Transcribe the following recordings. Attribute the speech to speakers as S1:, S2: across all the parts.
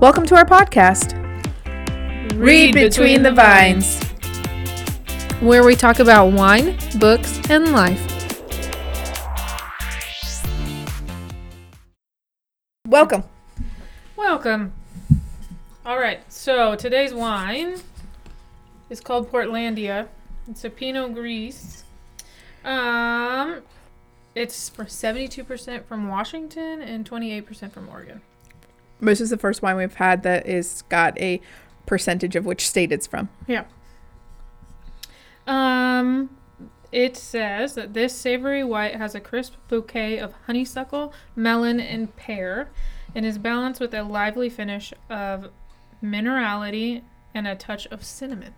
S1: Welcome to our podcast, Read Between the Vines.
S2: where we talk about wine, books, and life.
S1: Welcome.
S2: Welcome. All right, so today's wine is called Portlandia. It's a Pinot Gris. Um, it's for 72% from Washington and 28% from Oregon.
S1: This is the first wine we've had that is got a percentage of which state it's from.
S2: Um, it says that this savory white has a crisp bouquet of honeysuckle, melon, and pear, and is balanced with a lively finish of minerality and a touch of cinnamon.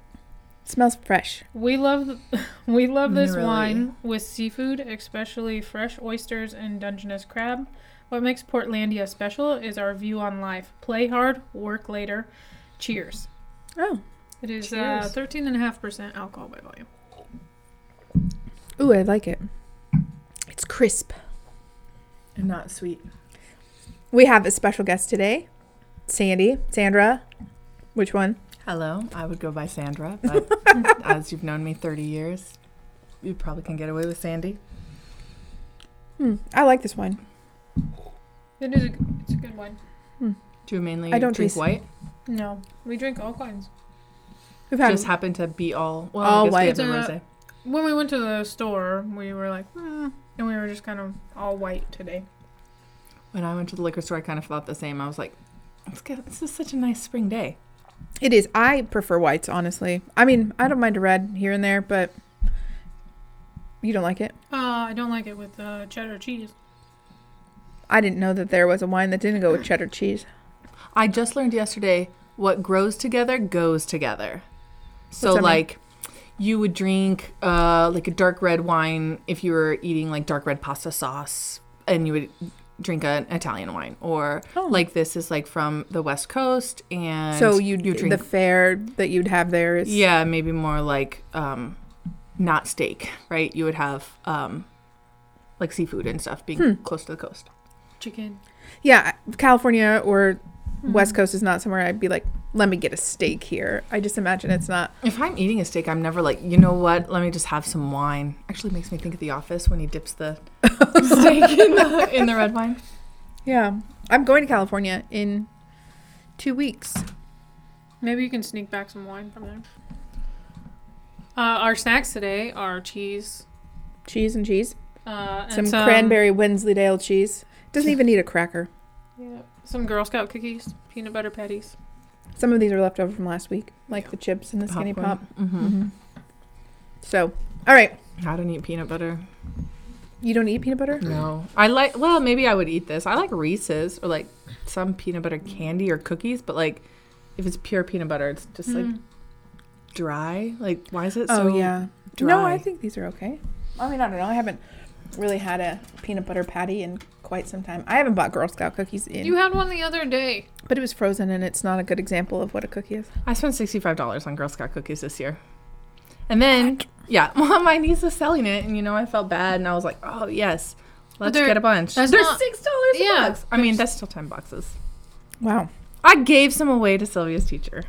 S1: smells fresh.
S2: We love, we love this
S1: Minerality.
S2: wine with seafood, especially fresh oysters and Dungeness crab. What makes Portlandia special is our view on life: play hard, work later. Cheers!
S1: Oh.
S2: It is uh,
S1: Cheers.
S2: thirteen and a half percent alcohol by volume.
S1: Ooh, I like it. It's crisp.
S3: And not sweet.
S1: We have a special guest today, Sandy, Sandra. Which one?
S3: Hello, I would go by Sandra, but as you've known me 30 years, you probably can get away with Sandy.
S1: Hmm, I like this wine.
S2: It is a, it's a good wine.
S3: Do you mainly
S1: I don't
S3: drink
S1: taste-
S3: white?
S2: No, we drink all kinds.
S1: We've had
S3: Just happen to be all well.
S1: All
S3: I guess
S1: white.
S3: We have a
S2: Uh, When we went to the store, we were like, hmm, and we were just kind of all white today.
S3: rosé. When I went to the liquor store, I kind of thought the same. I was like, "Let's go. This is such a nice spring day."
S1: It is. I prefer whites, honestly. I mean, I don't mind a red here and there, but you don't like it.
S2: Uh, I don't like it with uh, cheddar cheese.
S1: I didn't know that there was a wine that didn't go with cheddar cheese.
S3: I just learned yesterday what grows together goes together. So
S1: What's that mean?
S3: like you would drink uh, like a dark red wine if you were eating like dark red pasta sauce and you would drink an Italian wine or
S1: Oh.
S3: like this is like from the west coast and
S1: so you,
S3: you drink
S1: the fare that you'd have there is
S3: yeah maybe more like um not steak right you would have um like seafood and stuff being
S1: Hmm.
S3: close to the coast
S2: Chicken.
S1: yeah. California or West Coast is not somewhere I'd be like, let me get a steak here. I just imagine it's not.
S3: If I'm eating a steak, I'm never like, you know what? Let me just have some wine. Actually, makes me think of The Office when he dips the steak in the, in the red wine.
S1: Yeah, I'm going to California in two weeks.
S2: Maybe you can sneak back some wine from there. Uh, our snacks today are cheese.
S1: Cheese and cheese,
S2: Uh, and
S1: some,
S3: um,
S1: cranberry Wensleydale cheese. Doesn't even need a cracker.
S2: Yeah, some Girl Scout cookies, peanut butter patties.
S1: Some of these are left over from last week, like the chips and the skinny pop.
S3: Mm-hmm.
S1: Mhm. So, all right.
S3: I don't eat peanut butter.
S1: You don't eat peanut butter?
S3: No, I like. Well, maybe I would eat this. I like Reese's or like some peanut butter candy or cookies, but like if it's pure peanut butter, it's just like
S2: Mm.
S3: dry. Like why is it so?
S1: oh, yeah. No,
S3: dry.
S1: I think these are okay. I mean, I don't know. I haven't really had a peanut butter patty in quite some time. I haven't bought Girl Scout cookies in,
S2: You had one the other day.
S1: but it was frozen and it's not a good example of what a cookie is.
S3: I spent sixty five dollars on Girl Scout cookies this year, and then yeah, well, my niece was selling it, and you know I felt bad, and I was like, oh yes, let's
S2: they're-
S3: get a bunch.
S2: that's
S3: They're
S2: not-
S3: six dollars a
S2: Yeah,
S3: box. I mean that's still ten boxes.
S1: Wow.
S3: I gave some away to Sylvia's teacher.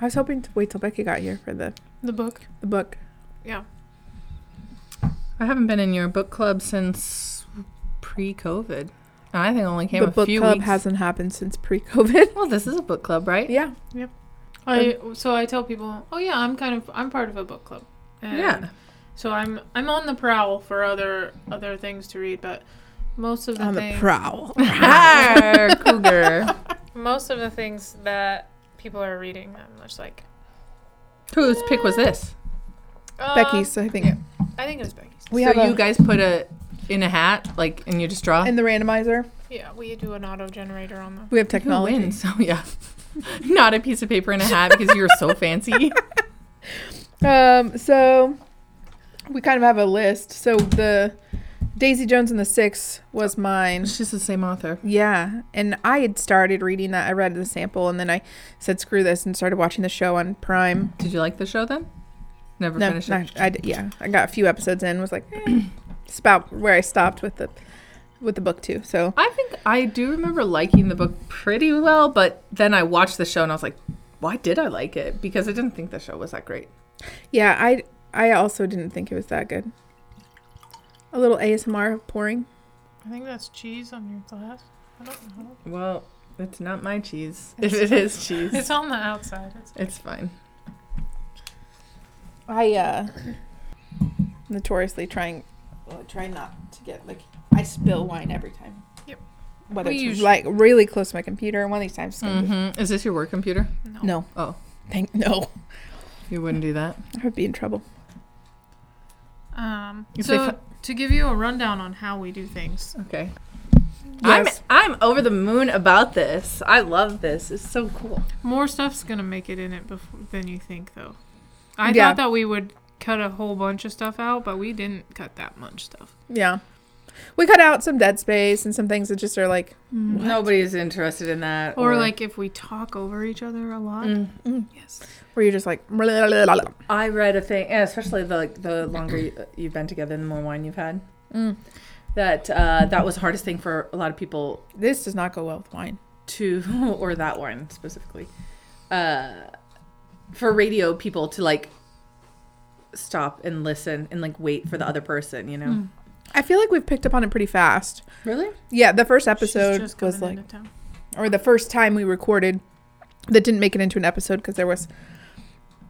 S1: I was hoping to wait till Becky got here for the,
S2: The book.
S1: the book.
S2: Yeah.
S3: I haven't been in your book club since pre-COVID. And I think I only came
S1: the
S3: a
S1: book
S3: few
S1: club
S3: weeks.
S1: hasn't happened since pre COVID.
S3: well, this is a book club, right?
S1: yeah. Um,
S2: I so I tell people, oh yeah, I'm kind of I'm part of a book club. And
S3: Yeah.
S2: So I'm I'm on the prowl for other other things to read, but most of the
S1: On the
S2: things,
S1: prowl.
S3: Arr, cougar.
S2: most of the things that people are reading, I'm just like
S3: Whose pick was this?
S2: uh,
S1: Becky's, I think.
S2: I think it was Becky's.
S1: We
S3: so
S1: have a-
S3: you guys put a in a hat, like, and you just draw.
S1: in the randomizer,
S2: Yeah, we do an auto generator on them.
S1: we have
S3: Who
S1: technology.
S3: wins? So yeah, not a piece of paper and a hat because you're so fancy.
S1: Um, so we kind of have a list. So the Daisy Jones and the Six was mine.
S3: She's the same author.
S1: Yeah, and I had started reading that. I read the sample, and then I said, "Screw this," and started watching the show on Prime.
S3: Did you like the show then? Never
S1: No,
S3: finished
S1: no,
S3: it.
S1: I d- yeah, I got a few episodes in. Was like, eh. it's about where I stopped with the with the book too. So
S3: I think I do remember liking the book pretty well, but then I watched the show and I was like, why did I like it? Because I didn't think the show was that great.
S1: yeah, I I also didn't think it was that good. A little ASMR pouring.
S2: I think that's cheese on your glass. I don't know.
S3: Well, it's not my cheese. If it is cheese,
S2: It's on the outside. It's
S3: it's fine.
S1: I uh notoriously trying well, try not to get like I spill wine every time.
S2: Yep.
S1: Whether
S2: We
S1: it's
S2: Mm-hmm. usually-
S1: like really close to my computer, one of these times. It's gonna be-
S3: Mm-hmm. Is this your work computer?
S2: no.
S1: No,
S3: Oh,
S1: thank no.
S3: you wouldn't do that.
S1: I would be in trouble.
S2: Um,
S3: If they
S2: so
S3: fi-
S2: to give you a rundown on how we do things,
S3: Okay.
S1: Yes.
S3: I'm I'm over the moon about this. I love this. It's so cool.
S2: more stuff's gonna make it in it bef- than you think, though. I
S1: Yeah.
S2: thought that we would cut a whole bunch of stuff out, but we didn't cut that much stuff.
S1: Yeah. We cut out some dead space and some things that just are like
S2: Mm.
S3: Nobody's interested in that. Mm.
S2: Or, like if we talk over each other a lot.
S1: Mm.
S2: Yes.
S1: where you're just like blah, blah, blah, blah, blah.
S3: I read a thing, and especially the like, the longer you, you've been together, the more wine you've had.
S1: Mm.
S3: That uh, that was the hardest thing for a lot of people
S1: this does not go well with wine.
S3: to, or that wine specifically, uh, for radio people to like stop and listen and like wait for the other person. You know,
S2: Mm.
S1: I feel like we've picked up on it pretty fast.
S3: really?
S1: Yeah, the first
S2: She's
S1: episode
S2: just
S1: was
S2: coming
S1: like
S2: into town.
S1: or the first time we recorded that didn't make it into an episode because there was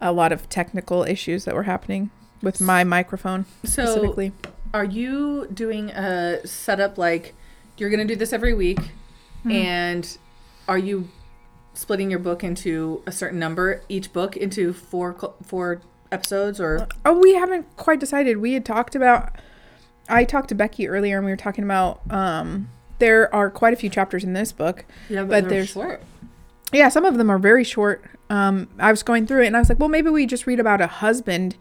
S1: a lot of technical issues that were happening with my microphone
S3: So
S1: specifically.
S3: Are you doing a setup like you're going to do this every week? Hmm. And are you splitting your book into a certain number, each book into four cl- four episodes or
S1: Oh, we haven't quite decided. We had talked about I talked to Becky earlier and we were talking about um there are quite a few chapters in this book
S3: yeah,
S1: but they're there's-
S3: short.
S1: Yeah, some of them are very short. Um, I was going through it and I was like, well, maybe we just read about a husband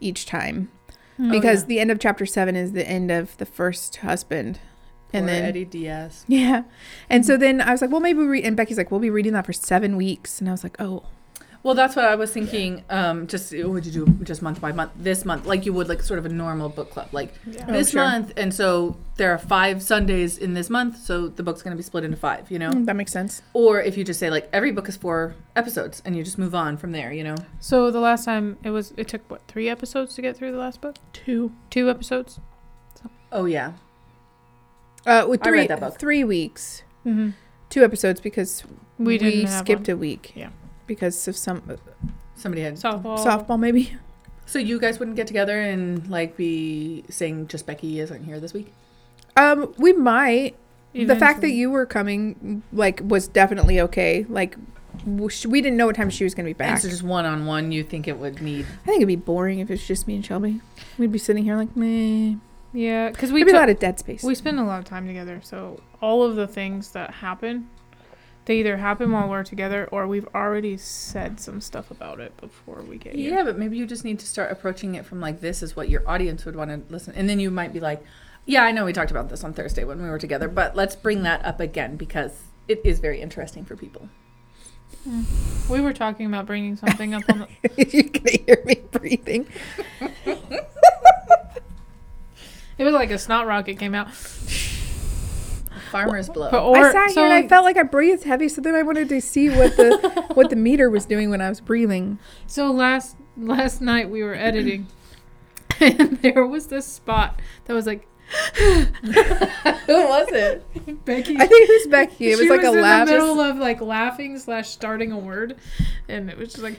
S1: each time
S3: Oh,
S1: because the end of chapter seven is the end of the first husband, and then
S3: Eddie Mm-hmm. Diaz.
S1: yeah, and so then I was like, well, maybe we read. And Becky's like, we'll be reading that for seven weeks, and I was like, oh,
S3: Well, that's what I was thinking. Um, just would you do just month by month this month, like you would like sort of a normal book club, like
S2: Yeah.
S1: Oh,
S3: this
S1: sure.
S3: month, and so there are five Sundays in this month, so the book's going to be split into five, you know.
S1: mm, that makes sense.
S3: Or if you just say like every book is four episodes, and you just move on from there, you know.
S2: So the last time it was, it took what three episodes to get through the last book?
S1: Two,
S2: Two episodes.
S3: Oh yeah,
S1: uh, with
S3: I
S1: three,
S3: read that book.
S1: three weeks,
S2: Mm-hmm.
S1: two episodes because
S2: We didn't have
S1: skipped a week,
S2: Yeah. Oh.
S1: because of some
S3: somebody had.
S2: softball.
S1: softball maybe.
S3: So you guys wouldn't get together and like be saying just Becky isn't here this week.
S1: Um, we might. the fact that
S2: Eventually.
S1: you were coming like was definitely okay like w- sh- we didn't know what time she was going to be
S3: And
S1: back
S3: so just one on one, you think it would need.
S1: i think it'd be boring if it was just me and shelby we'd be sitting here like meh
S2: yeah, because we
S1: we'd be a
S2: took-
S1: lot of dead space
S2: We spend a lot of time together, so all of the things that happen, they either happen while we're together or we've already said some stuff about it before we get
S3: Yeah,
S2: here.
S3: but maybe you just need to start approaching it from like this is what your audience would want to listen, and then you might be like, yeah, I know we talked about this on Thursday when we were together, but let's bring that up again because it is very interesting for people.
S2: We were talking about bringing something up on the.
S1: you can hear me breathing
S2: It was like a snot rocket came out.
S3: Farmer's blow.
S2: But or,
S1: i sat
S2: so,
S1: here and i felt like i breathed heavy so then i wanted to see what the what the meter was doing when i was breathing
S2: so last last night we were editing, and there was this spot that was like
S3: Who was it?
S2: Becky.
S1: i think it was becky it was
S2: she
S1: like a
S2: in
S1: laugh
S2: the middle of like laughing slash starting a word, and it was just like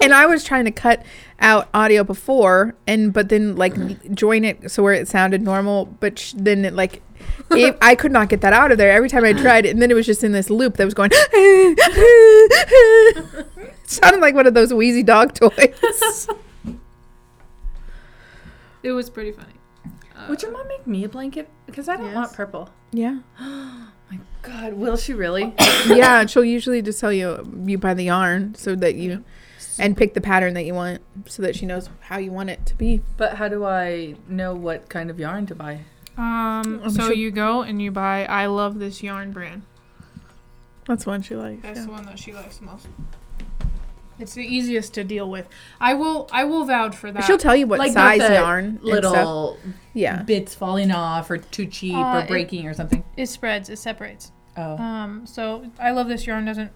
S1: and i was trying to cut out audio before and but then like
S3: Mm-hmm.
S1: join it so where it sounded normal but sh- then it like it, i could not get that out of there every time i tried and then it was just in this loop that was going sounded like one of those wheezy dog toys
S2: it was pretty funny. Uh,
S3: Would your mom make me a blanket? Because I don't
S2: Yes.
S3: want purple.
S1: yeah
S3: God, will she really?
S1: yeah and she'll usually just tell you you buy the yarn so that you and pick the pattern that you want so that she knows how you want it to be
S3: but how do I know what kind of yarn to buy?
S2: Um,
S1: I'm
S2: so
S1: sure-
S2: you go and you buy I love this yarn brand.
S1: that's one she likes
S2: That's the one that she likes most. It's the easiest to deal with. I will I will vouch for that.
S1: She'll tell you what
S3: like not
S1: size
S3: the
S1: yarn and stuff.
S3: little
S1: Yeah.
S3: bits falling off or too cheap
S2: Uh,
S3: or
S2: it-
S3: breaking or something.
S2: it spreads, it separates.
S3: Oh,
S2: Um so I love this yarn doesn't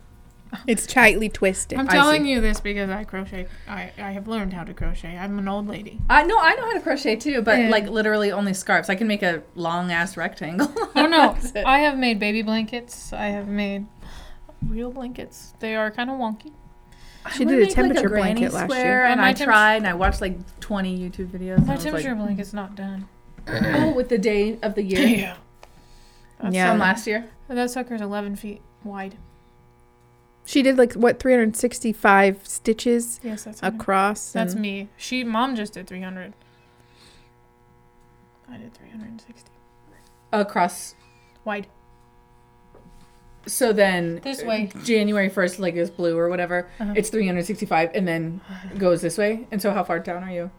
S1: It's tightly twisted.
S2: I'm
S3: I
S2: telling
S3: see.
S2: you this because I crochet. I, I have learned how to crochet. I'm an old lady.
S3: I know I know how to crochet too, but
S2: Yeah.
S3: like literally only scarves. I can make a long ass rectangle.
S2: Oh no,
S3: That's it.
S2: I have made baby blankets. I have made real blankets. They are kind of wonky.
S1: She
S3: I
S1: did
S3: make,
S1: a
S3: like,
S1: temperature
S3: granny
S1: blanket last
S3: square,
S1: year.
S2: Yeah,
S3: and
S2: my
S3: I
S2: temp-
S3: tried and I watched like 20 YouTube videos. and I
S2: My
S3: was
S2: temperature blanket's not done.
S3: Like, oh, with the day of the year
S2: Yeah. That's
S1: Yeah.
S3: from last year.
S2: That sucker's 11 feet wide.
S1: She did like what 365 stitches
S2: Yes, that's me.
S1: across.
S2: That's
S1: and-
S2: me. She mom just did 300. I did 360
S3: Across.
S2: wide.
S3: So then
S2: This way.
S3: January 1st, like is blue or whatever.
S2: Uh-huh.
S3: It's 365 and then goes this way. And so how far down are you?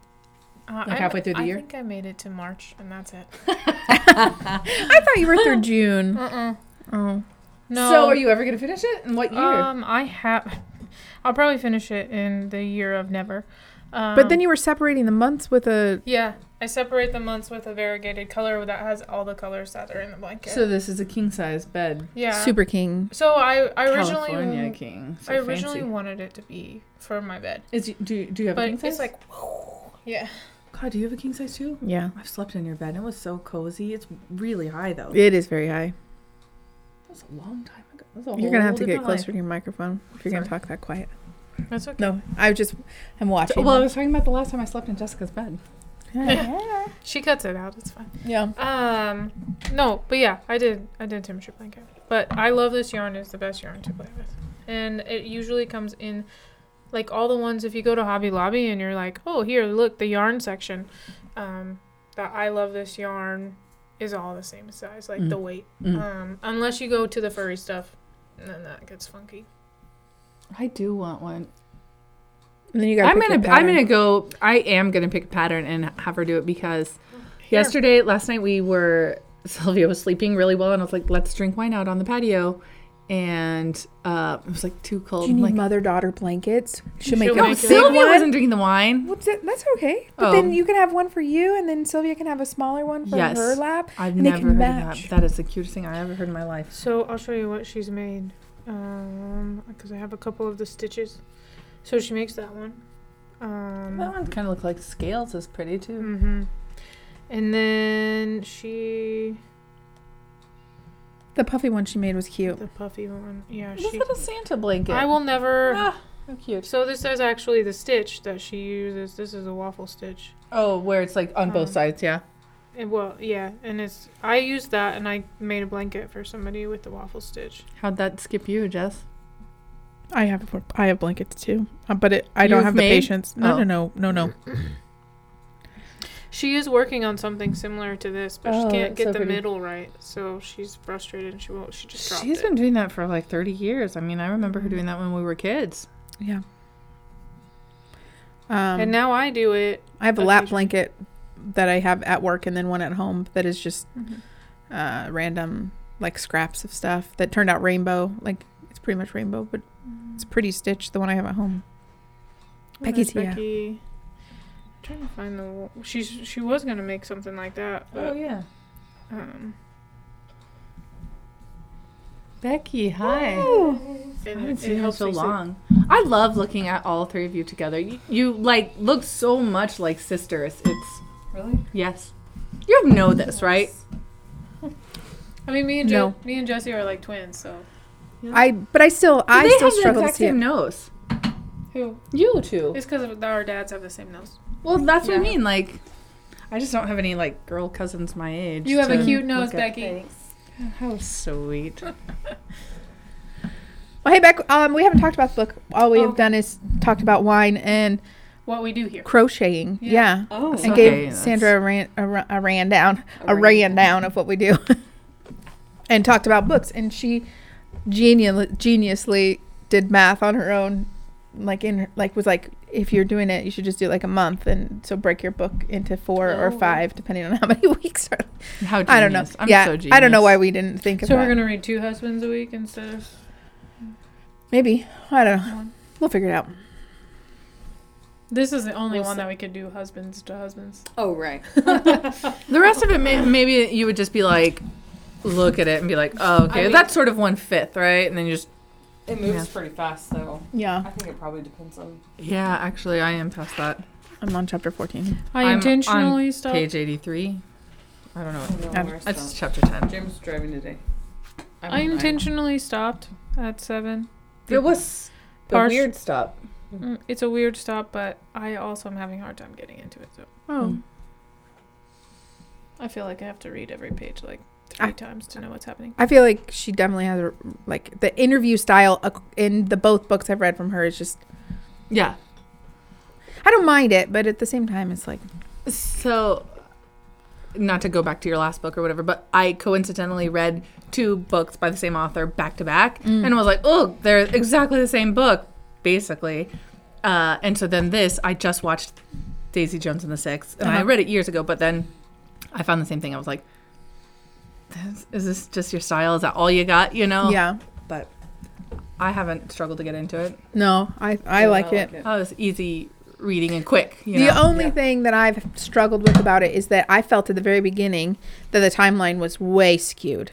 S2: Uh,
S3: Like
S2: I'm-
S3: halfway through the
S2: I
S3: year?
S2: think I made it to March, and that's it.
S1: I thought you were through June.
S2: Uh-uh.
S1: Oh.
S2: No.
S3: So are you ever going to finish it? And what year?
S2: Um, I have. I'll probably finish it in the year of never. Um,
S1: But then you were separating the months with a
S2: Yeah, I separate the months with a variegated color that has all the colors that are in the blanket.
S3: so this is a king size bed.
S2: yeah.
S1: Super King.
S2: So I, I originally um,
S3: California king. So
S2: I originally
S3: fancy.
S2: wanted it to be for my bed,
S3: Is do do you have a
S2: but
S3: king
S2: it's
S3: size?
S2: like, yeah.
S3: God, do you have a king size too?
S1: Yeah.
S3: I've slept in your bed. and It was so cozy. It's really high though.
S1: It is very high.
S3: That was a long time ago. That was a
S1: You're gonna
S3: whole
S1: have to get
S3: different life.
S1: closer to your microphone if you're gonna
S3: Sorry.
S1: talk that quiet.
S2: That's okay.
S1: No, I just I'm watching.
S3: well, I was talking about the last time I slept in Jessica's bed.
S1: yeah.
S2: She cuts it out. It's fine.
S1: yeah.
S2: Um, no, but yeah, I did. I did temperature blanket. But I love this yarn. It's the best yarn to play with, and it usually comes in, like all the ones. If you go to Hobby Lobby and you're like, oh, here, look, the yarn section. Um, that I love this yarn is all the same size, like the weight.
S3: Mm.
S2: Um, unless you go to the furry stuff, and then that gets funky.
S3: I do want one.
S1: And then you got.
S3: I'm gonna I'm gonna go. I am gonna pick a pattern and have her do it because
S2: Here.
S3: yesterday, last night we were Sylvia was sleeping really well, and I was like, let's drink wine out on the patio, and uh, it was like too cold.
S1: Do you need
S3: I'm like,
S1: mother daughter blankets? She'll make
S2: She'll
S1: a
S2: make
S1: big
S2: it.
S3: no,
S2: it.
S3: Sylvia
S1: one.
S3: wasn't drinking the wine.
S1: What's it? That's okay. But
S3: Oh.
S1: then you can have one for you, and then Sylvia can have a smaller one for
S3: Yes.
S1: her lap.
S3: I've
S1: And they
S3: never
S1: can
S3: heard of
S1: match.
S3: that. That is the cutest thing I ever heard in my life.
S2: So I'll show you what she's made, um, because I have a couple of the stitches. So she makes that one. Um,
S3: That one kind of looked like scales is pretty too.
S2: hmm And then she,
S1: The puffy one she made was cute.
S2: the puffy one, yeah.
S3: Look
S2: She,
S3: at Oh. a Santa blanket.
S2: I will never.
S3: Ah, how cute.
S2: So this is actually the stitch that she uses. This is a waffle stitch.
S3: Oh, where it's like on both
S2: Um,
S3: sides, yeah.
S2: And well, yeah, and it's I used that and I made a blanket for somebody with the waffle stitch.
S3: How'd that skip you, Jess?
S1: I have I have blankets too, uh, but it, I
S3: don't You've have the made?
S1: patience.
S3: No, no, Oh.
S1: no, no, no.
S2: She is working on something similar to this, but
S3: Oh,
S2: she can't
S3: that's
S2: get
S3: so
S2: the
S3: pretty.
S2: middle right, so she's frustrated and she won't. She just dropped
S3: She's
S2: it.
S3: been doing that for like 30 years. I mean, I remember her doing that when we were kids.
S1: Yeah. Um,
S2: and now I do it.
S1: I have a lap
S2: occasion-
S1: blanket that I have at work and then one at home that is just uh, random like scraps of stuff that turned out rainbow. Like it's pretty much rainbow, but
S3: Mm-hmm.
S1: it's pretty stitch. The one I have at home.
S2: Oh, there's
S1: Becky's here.
S2: Becky. I'm trying to find the. She's she was gonna make something like that, but
S3: Oh, yeah.
S2: um,
S3: Becky, hi. I
S2: and it,
S3: haven't seen
S2: it
S3: you in
S2: helps
S3: so
S2: me see-
S3: long. I love looking at all three of you together. You, you like look so much like sisters. It's
S2: Really?
S3: yes. You know this, right?
S2: I mean, me and
S1: No.
S2: no. me and Jesse are like twins, so
S1: I but I still I
S3: they
S1: still
S3: have
S1: struggle
S3: the
S1: to
S3: exact
S1: see
S3: same
S1: it.
S3: nose.
S2: who?
S3: You two.
S2: It's because our dads have the same nose.
S3: Well, that's what I
S2: Yeah.
S3: mean. Like, I just don't have any like girl cousins my age.
S2: You have a
S3: to
S2: cute
S3: look
S2: nose,
S3: at.
S2: Becky.
S3: How sweet.
S1: Oh, hey Beck, um, we haven't talked about the book. All we
S2: Oh.
S1: have done is talked about wine and
S2: What we do here.
S1: crocheting.
S2: Yeah.
S1: Yeah.
S3: Oh,
S1: And gave Sandra a ran, a, ru- a ran down, a, ran down of what we do, and talked about books. And she genius, geniusly did math on her own, like in her- like was like, if you're doing it, you should just do like a month, and so break your book into four or
S2: Oh.
S1: five, depending on how many weeks. Are.
S3: How
S1: I don't know.
S3: genius. I'm
S1: yeah,
S3: so
S1: I don't know
S3: genius.
S1: why we didn't think of
S2: So
S1: about.
S2: we're gonna read two husbands a week instead of
S1: Maybe I don't know.
S2: one.
S1: We'll figure it out.
S2: This is the only
S4: We'll
S2: one
S4: s-
S2: that we could do husbands to husbands.
S4: Oh right.
S3: The rest of it, may, maybe you would just be like, look at it and be like, oh, okay,
S2: I mean-
S3: that's sort of one fifth, right? And then you just,
S5: It moves pretty fast, though.
S1: Yeah,
S5: I think it probably depends on.
S3: yeah, actually, I am past that.
S1: I'm on chapter 14.
S2: I
S3: I'm on
S2: intentionally stopped.
S3: Page 83. I don't know.
S5: I don't know
S1: Um,
S5: where I
S3: That's
S5: stopped.
S3: chapter 10.
S5: Jim's driving today. I'm
S2: I
S5: behind.
S2: intentionally stopped at seven.
S3: It was
S2: Pars-
S3: stop.
S2: Mm, It's a weird stop, but I also am having a hard time getting into it. So
S1: Oh,
S2: I feel like I have to read every page like
S1: Ah.
S2: three times to know what's happening.
S1: I feel like she definitely has a, like the interview style ac- in the both books I've read from her is just
S3: Yeah.
S1: I don't mind it, but at the same time it's like
S3: So, not to go back to your last book or whatever, but I coincidentally read two books by the same author back to back
S1: Mm.
S3: and was like, oh, they're exactly the same book, basically. Uh, and so then this, I just watched Daisy Jones and the Six, and I
S1: Uh-huh.
S3: read it years ago, but then I found the same thing. I was like, "This- is this just your style? Is that all you got? You know?
S1: yeah.
S3: But I haven't struggled to get into it.
S1: No, I I like it.
S3: Oh, it's easy reading and quick. You
S1: The
S3: know?
S1: only
S5: Yeah.
S1: thing that I've struggled with about it is that I felt at the very beginning that the timeline was way skewed.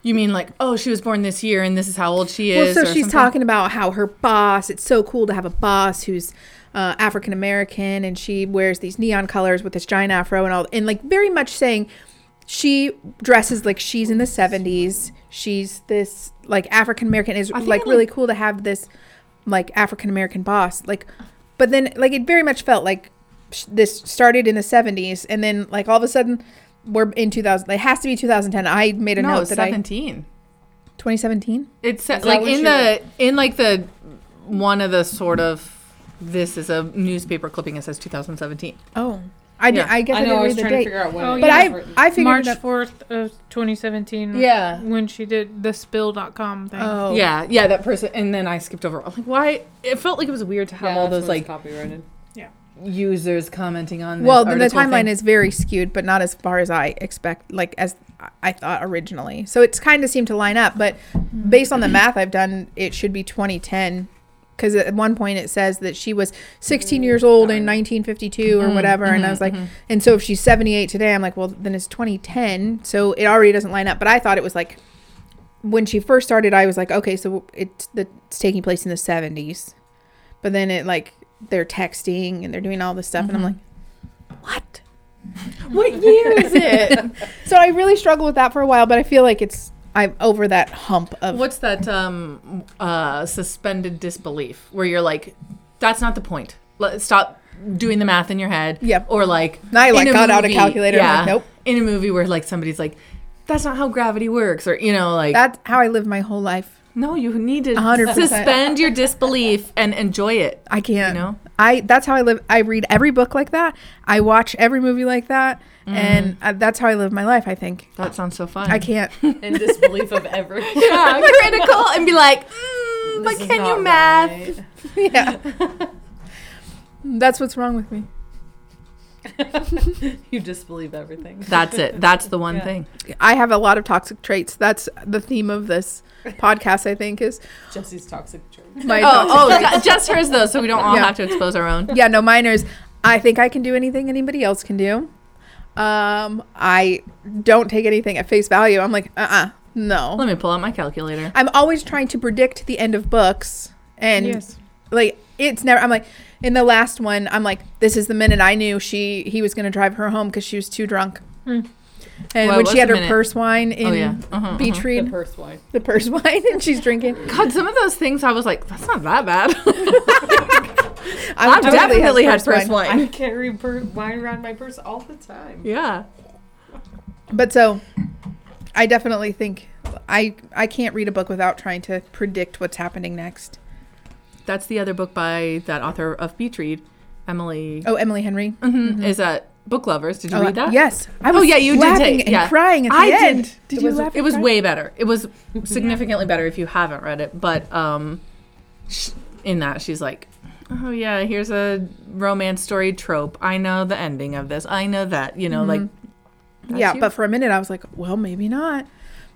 S3: you mean like, oh, she was born this year, and this is how old she
S1: Well,
S3: is?
S1: so
S3: or
S1: she's
S3: something?
S1: talking about how her boss, it's so cool to have a boss who's uh, African American and she wears these neon colors with this giant afro and all, and like very much saying she dresses like she's in the 70s. She's this like African American is
S3: think
S1: like
S3: it,
S1: really cool to have this like African American boss. Like, but then like it very much felt like sh- this started in the 70s and then like all of a sudden we're in 2000. It has to be 2010. I made a
S3: No,
S1: note that I
S3: seventeen.
S1: 2017.
S3: It's sa-
S5: Is that
S3: like
S5: when
S3: in
S5: she
S3: the in like the one of the sort of this is a newspaper clipping. It says 2017.
S1: Oh, I did.
S3: Yeah.
S1: I guess I,
S5: I know.
S1: didn't
S5: I
S1: read
S5: was
S1: the
S5: trying to
S1: date.
S5: figure out when.
S2: Oh,
S5: it
S1: But
S5: was
S1: I,
S5: written.
S1: I figured
S2: March
S1: it up.
S2: fourth of twenty seventeen.
S3: Yeah.
S2: when she did the spill.com thing.
S1: Mm. Oh,
S3: Yeah, yeah, that person. And then I skipped over. I'm like, why? It felt like it was weird to have
S5: Yeah,
S3: all
S5: that's
S3: those
S5: when it's
S3: like
S5: copyrighted.
S3: users commenting on. This
S1: Well, then the
S3: article
S1: timeline
S3: thing.
S1: is very skewed, but not as far as I expect, like as I- I thought originally. So it's kind of seemed to line up, but
S2: Mm-hmm.
S1: based on the math I've done, it should be 2010. Because at one point it says that she was 16 years old in 1952
S3: Mm-hmm,
S1: or whatever, and I was like, and so if she's 78 today, I'm like, well, then it's 2010, so it already doesn't line up. But I thought it was like when she first started, I was like, okay, so it's the, it's taking place in the 70s, but then it like they're texting and they're doing all this stuff, and I'm like. What?
S3: What year is it?
S1: So I really struggled with that for a while, but I feel like it's I'm over that hump of
S3: What's that um uh suspended disbelief where you're like, that's not the point. Let stop doing the math in your head.
S1: Yep.
S3: Or like
S1: And I, like,
S3: in
S1: got out a calculator and I'm like, nope.
S3: In a movie where like somebody's like, that's not how gravity works, or you know, like
S1: that's how I live my whole life.
S3: no, you need to
S1: 100%.
S3: suspend your disbelief and enjoy it.
S1: I can't.
S3: You know?
S1: I that's how I live. I read every book like that. I watch every movie like that, and uh, that's how I live my life. I think
S3: That sounds so Mm-hmm. fun.
S1: I can't.
S5: In disbelief of everything.
S3: yeah, critical and be like, mm, but
S5: This is
S3: can
S5: not
S3: you math?
S5: right.
S1: yeah, that's what's wrong with me.
S5: You disbelieve everything.
S3: That's it. That's the one
S5: Yeah.
S3: thing.
S1: I have a lot of toxic traits. That's the theme of this podcast. I think is
S5: Jesse's toxic trait.
S1: my.
S3: oh,
S1: toxic-
S3: oh, ju- just hers though, so we don't all
S1: Yeah.
S3: have to expose our own.
S1: yeah, no, mine is I think I can do anything anybody else can do. Um, I don't take anything at face value. I'm like, uh uh no.
S3: Let me pull out my calculator.
S1: I'm always trying to predict the end of books. And
S2: yes.
S1: like, it's never, I'm like, in the last one, I'm like, this is the minute I knew she, he was going to drive her home because she was too drunk.
S2: Hmm.
S1: And
S3: Well, it
S1: when
S3: was
S1: she had
S3: the
S1: her
S3: minute.
S1: purse wine in
S3: oh yeah. Uh-huh,
S1: Beach
S3: uh-huh.
S1: Read,
S5: The purse wine.
S1: the purse wine, and she's drinking.
S3: God, some of those things I was like, that's not that bad.
S1: I
S3: I've
S1: would totally have
S3: definitely had first wine.
S5: I carry pur- wine around my purse all the time.
S3: Yeah.
S1: But so, I definitely think I I can't read a book without trying to predict what's happening next.
S3: That's the other book by that author of Beach Read, Emily.
S1: Oh, Emily Henry.
S3: hmm Is that Book Lovers? Did you
S1: Oh,
S3: read that?
S1: Yes. I
S3: Oh, yeah, you did
S1: laughing
S3: take-
S1: and
S3: yeah.
S1: crying at the
S3: I
S1: end.
S3: did.
S1: Did
S3: it
S1: you
S3: was,
S1: laugh?
S3: It
S1: and
S3: was
S1: cry?
S3: way better. It was significantly better if you haven't read it. But um, sh- in that, she's like, oh, yeah, here's a romance story trope. I know the ending of this. I know that. You know, like. that's
S1: Mm-hmm. Yeah,
S3: you.
S1: but for a minute I was like, well, maybe not,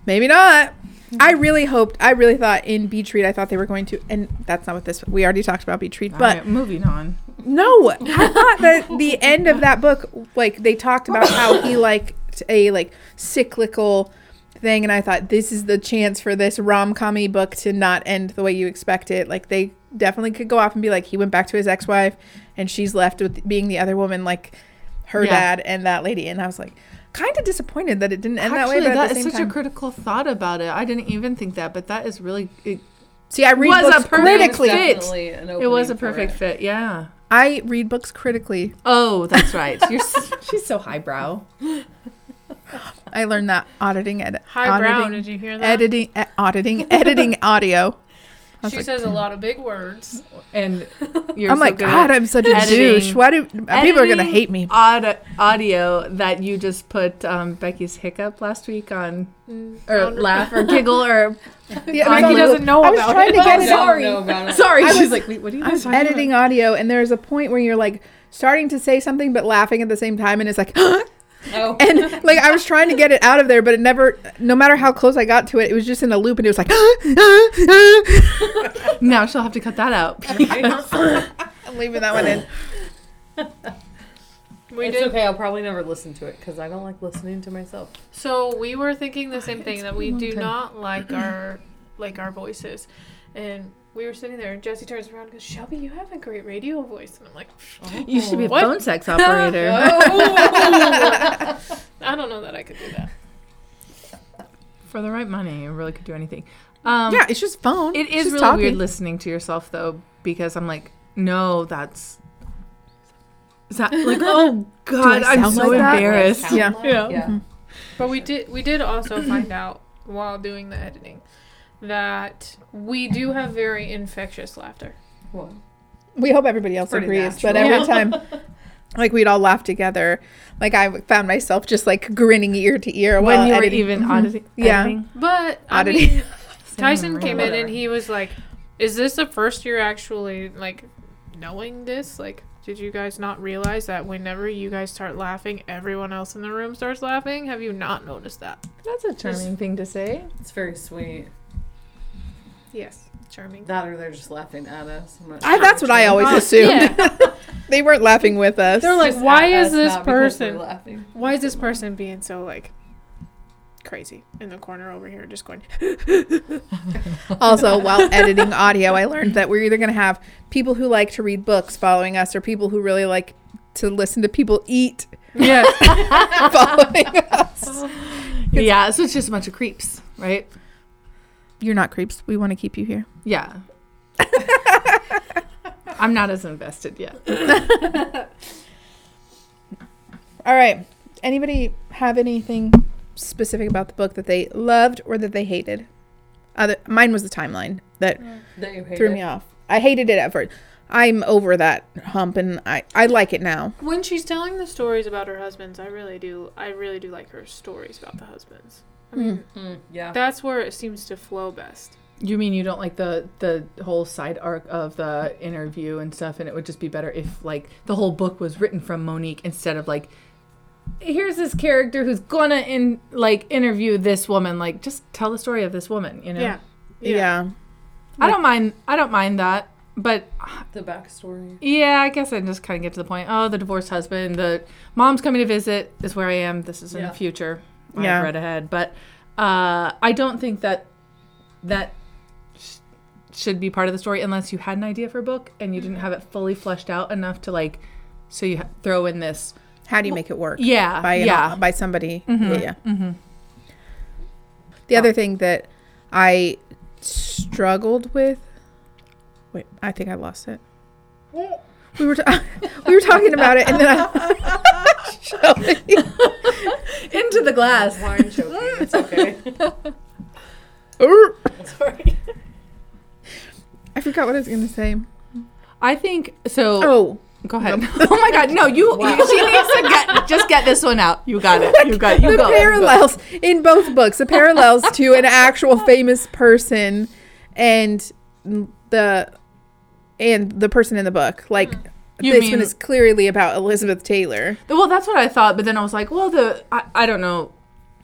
S1: maybe not.
S3: Mm-hmm.
S1: I really hoped. I really thought in Beach Read, I thought they were going to, and that's not what this. We already talked about Beach Read,
S3: All
S1: but
S3: right, moving on.
S1: No, I thought that the end of that book, like they talked about how he liked a like cyclical thing, and I thought this is the chance for this rom commy book to not end the way you expect it. Like they definitely could go off and be like, he went back to his ex wife, and she's left with being the other woman, like her
S3: Yeah.
S1: dad and that lady. And I was like, kind of disappointed that it didn't end
S3: Actually,
S1: that way. But
S3: that
S1: at the
S3: is
S1: same
S3: such
S1: time,
S3: a critical thought about it. I didn't even think that, but that is really it.
S1: see, I read
S3: was a
S1: books
S3: perfect
S1: critically.
S3: fit.
S5: an
S3: it was a
S5: opening for
S3: perfect
S5: it.
S3: fit. Yeah.
S1: I read books critically.
S3: Oh, that's right. You're s- she's so highbrow.
S1: I learned that auditing edit.
S2: High brow,
S1: auditing-
S2: did you
S3: Uh-huh.
S2: hear that?
S1: editing, e- auditing, editing audio. I was
S2: She
S1: like,
S2: says a lot of big words.
S3: And you're
S1: I'm
S3: so
S1: like,
S3: good
S1: God,
S3: at
S1: I'm such a
S3: editing-
S1: douche. Why do people are gonna
S3: editing
S1: hate me?
S3: aud- audio that you just put um, Becky's hiccup last week on,
S2: Mm,
S3: or
S2: sound-
S3: laugh or giggle or
S1: Yeah,
S3: Becky
S1: because
S2: doesn't know
S1: I was
S2: about
S1: trying
S2: it.
S1: to get it.
S5: Don't
S1: Sorry,
S5: know about it.
S3: sorry.
S1: I
S3: she's
S1: was-
S3: like, wait, what are you
S1: I
S3: guys
S1: was
S3: talking about?
S1: editing audio, and there's a point where you're like starting to say something but laughing at the same time, and it's like,
S5: Oh,
S1: and like I was trying to get it out of there, but it never. No matter how close I got to it, it was just in a loop, and it was like,
S3: Now she'll have to cut that out.
S5: Oh.
S1: I'm leaving that one in.
S2: We
S5: it's
S2: did.
S5: okay. I'll probably never listen to it because I don't like listening to myself.
S2: So we were thinking the same thing that we
S3: been a long
S2: do
S3: time.
S2: not like our like our voices, and we were sitting there, and Jesse turns around and goes, "Shelby, you have a great radio voice," and I'm like,
S3: You should be a
S2: What?
S3: phone sex operator.
S2: "Oh, I don't know that I could do that."
S3: For the right money, you really could do anything. Um,
S1: yeah, it's just phone.
S3: It
S1: It's
S3: is
S1: just
S3: really
S1: talking.
S3: weird listening to yourself though, because I'm like, no, that's is that like, oh god, I'm
S1: sound
S3: so
S1: like that?
S3: embarrassed.
S1: Yeah.
S3: Yeah.
S5: Yeah.
S2: But we did we did also find out while doing the editing that we do have very infectious laughter.
S5: Well,
S1: we hope everybody else
S5: Pretty
S1: agrees but
S5: natural.
S1: every time like we'd all laugh together like i found myself just like grinning ear to ear
S3: When
S1: while
S3: you were
S1: editing. Mhm.
S3: even auditing,
S1: Yeah.
S3: editing.
S2: But I
S1: Auditing.
S2: mean, Tyson came in
S5: Whatever.
S2: and he was like, "Is this the first year actually like knowing this? Like, did you guys not realize that whenever you guys start laughing, everyone else in the room starts laughing? Have you not noticed that?"
S3: That's a charming thing to say.
S5: it's very sweet.
S2: Yes, charming.
S5: That or they're just laughing at us. I'm not
S1: I, that's what i always
S2: Uh,
S1: assumed
S2: yeah.
S1: they weren't laughing with us
S2: They're like,
S5: Just
S2: "Why
S5: at
S2: is
S5: us,
S2: this
S5: not because we're
S2: person?
S5: laughing?"
S2: Why is this person being so like crazy in the corner over here, just going?"
S1: also while editing audio i learned that we're either going to have people who like to read books following us or people who really like to listen to people eat
S3: Yeah,
S1: following us
S3: yeah. So it's just a bunch of creeps, right?
S1: you're not creeps we want to keep you here
S3: Yeah. I'm not as invested yet.
S1: all right anybody have anything specific about the book that they loved or that they hated other mine was the timeline that
S5: That you hate
S1: threw
S5: it.
S1: me off. I hated it at first. I'm over that hump, and I I like it now.
S2: When she's telling the stories about her husbands, I really do. I really do like her stories about the husbands. I mean,
S5: Mm, yeah.
S2: that's where it seems to flow best.
S3: You mean you don't like the the whole side arc of the interview and stuff, and it would just be better if like the whole book was written from Monique instead of like, here's this character who's gonna in like interview this woman. Like, just tell the story of this woman. You know.
S2: Yeah.
S1: Yeah.
S3: I don't mind. I don't mind that. But
S5: The backstory.
S3: yeah, I guess I just kind of get to the point. Oh, the divorced husband, the mom's coming to visit is where I am. This is in
S5: Yeah.
S3: the future. I've
S1: Yeah.
S3: read ahead, but uh, I don't think that that sh- should be part of the story unless you had an idea for a book and you didn't have it fully fleshed out enough to like. So you ha- throw in this,
S1: How do you make it work?
S3: yeah,
S1: By an-
S3: yeah,
S1: by somebody. Yeah. yeah.
S3: mm-hmm.
S1: The other thing that I struggled with. Wait, I think I lost it. We were ta- we were talking about it, and then I. Shelby.
S3: into the glass.
S5: Wine choking. It's okay.
S1: Err.
S5: Sorry.
S1: I forgot what I was gonna say.
S3: I think so.
S1: Oh,
S3: Go ahead. oh my God, no, you. you- she needs to get just get this one out. You got it. You got it. You
S1: Oh, the
S3: go. You go.
S1: parallels in both books the parallels to an actual famous person and the and the person in the book like
S3: Hmm. You
S1: this
S3: mean-
S1: one is clearly about elizabeth taylor
S3: Well, that's what I thought, but then I was like, well, the I, I don't know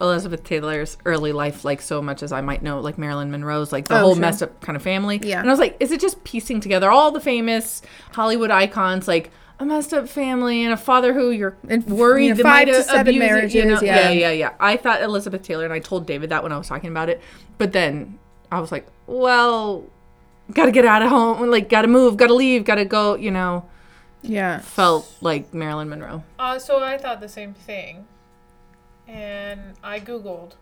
S3: Elizabeth Taylor's early life like so much as I might know like Marilyn Monroe's like the
S1: Oh,
S3: whole
S1: sure.
S3: messed up kind of family.
S1: Yeah.
S3: And I was like, is it just piecing together all the famous Hollywood icons like a messed up family and a father who you're
S1: And,
S3: worried
S1: you know,
S3: that
S1: five
S3: might
S1: to
S3: a-
S1: seven
S3: abuse it, you know?
S1: marriages, yeah.
S3: yeah, yeah, yeah. I thought Elizabeth Taylor and I told David that when I was talking about it, but then I was like, well, gotta get out of home, like gotta move, gotta leave, gotta go. You know,
S1: Yeah.
S3: felt like Marilyn Monroe.
S2: Uh, so I thought the same thing, and I googled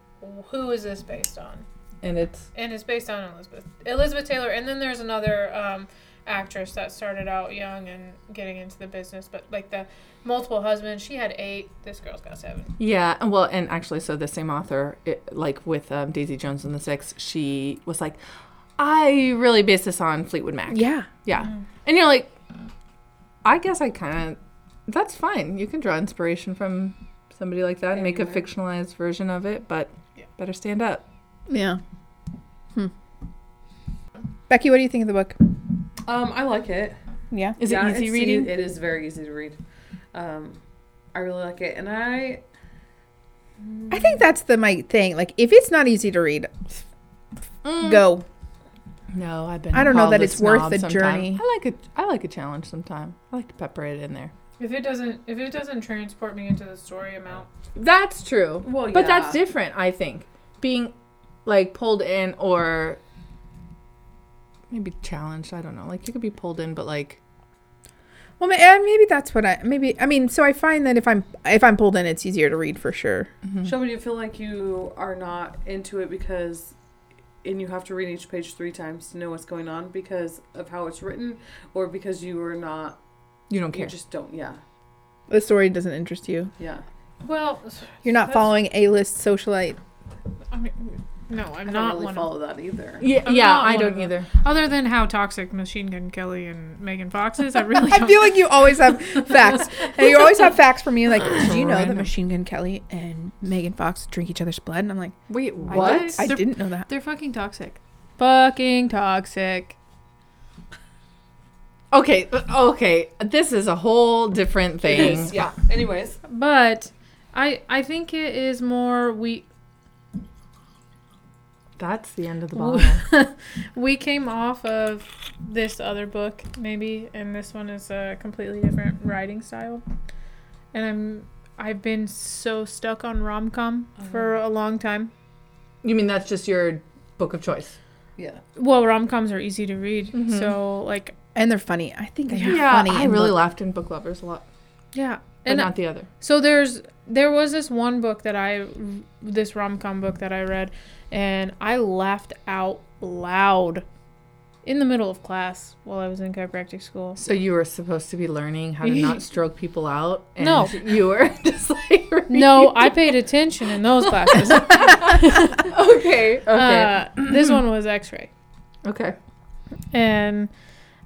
S2: who is this based on,
S3: And it's
S2: and it's based on Elizabeth Elizabeth Taylor, and then there's another um, actress that started out young and getting into the business, but like the multiple husbands, she had eight. This girl's got seven.
S3: yeah, and well, and actually, so the same author, it, like with um, Daisy Jones and the Six, she was like, I really base this on Fleetwood Mac.
S1: Yeah.
S3: Yeah. And you're like, I guess I kind of, that's fine. You can draw inspiration from somebody like that and make a
S5: Anywhere.
S3: fictionalized version of it, but
S2: Yeah.
S3: better stand up.
S1: Yeah. Hmm. Becky, what do you think of the book?
S5: Um, I like it.
S1: Yeah.
S3: Is
S5: Yeah,
S3: it easy
S5: it's
S3: reading?
S5: ea- it is very easy to read. Um, I really like it, and I
S1: I think that's the my thing. Like, if it's not easy to read,
S3: Hmm.
S1: go.
S3: Mm. No, I've been.
S1: I don't know
S3: called
S1: that
S3: a
S1: it's worth
S3: snob
S1: the
S3: sometime.
S1: journey.
S3: I like a, I like a challenge sometime. I like to pepper it in there.
S2: If it doesn't, if it doesn't transport me into the story amount,
S3: That's true.
S5: Well,
S3: But that's
S5: yeah.
S3: different, I think. Being like pulled in or maybe challenged. I don't know. Like you could be pulled in, but like
S1: Well, may- eh, maybe that's what I maybe. I mean, so I find that if I'm if I'm pulled in, it's easier to read for sure.
S3: Mm-hmm. Mm.
S5: Shelby, do you feel like you are not into it because, and you have to read each page three times to know what's going on because of how it's written, or because you are not,
S3: you don't
S5: you
S3: care.
S5: just don't, yeah,
S1: The story doesn't interest you.
S5: yeah.
S2: well,
S1: You're not
S2: That's-
S1: following a list socialite.
S2: I mean, no, I'm not
S5: I don't really
S2: one of
S5: follow that either.
S3: Yeah,
S2: I'm
S3: yeah,
S2: not
S3: I
S2: one
S3: don't
S2: of
S3: either.
S2: Other than how toxic Machine Gun Kelly and Megan Fox is, I really
S1: I
S2: don't.
S1: feel like you always have facts, and you always have facts for me. Like, did you know that
S3: Random.
S1: Machine Gun Kelly and Megan Fox drink each other's blood? And I'm like,
S3: Wait,
S2: I
S3: what?
S2: guess
S1: I
S2: they're-
S1: didn't know that.
S2: They're fucking toxic. Fucking toxic.
S3: Okay, uh, okay. This is a whole different
S5: It
S3: thing.
S5: is, yeah. Anyways,
S2: But I I think it is more we
S3: That's the end of the bottle.
S2: we, we came off of this other book maybe and this one is a completely different writing style. And I'm I've been so stuck on rom-com for a long time.
S3: you mean that's just your book of choice?
S5: yeah.
S2: Well, rom-coms are easy to read. So like
S1: And they're funny. I think they're
S3: Yeah,
S1: funny.
S3: I
S1: in
S3: really
S1: book.
S3: laughed in book lovers a lot,
S2: yeah.
S3: but
S2: And
S3: not the other.
S2: So there's there was this one book that I this rom com book that I read, and I laughed out loud in the middle of class while I was in chiropractic school.
S3: So you were supposed to be learning how to not stroke people out, and
S2: No.
S3: you were just like
S2: No, I paid attention in those classes.
S3: okay,
S2: Uh,
S3: okay,
S2: this one was X ray,
S3: okay.
S2: and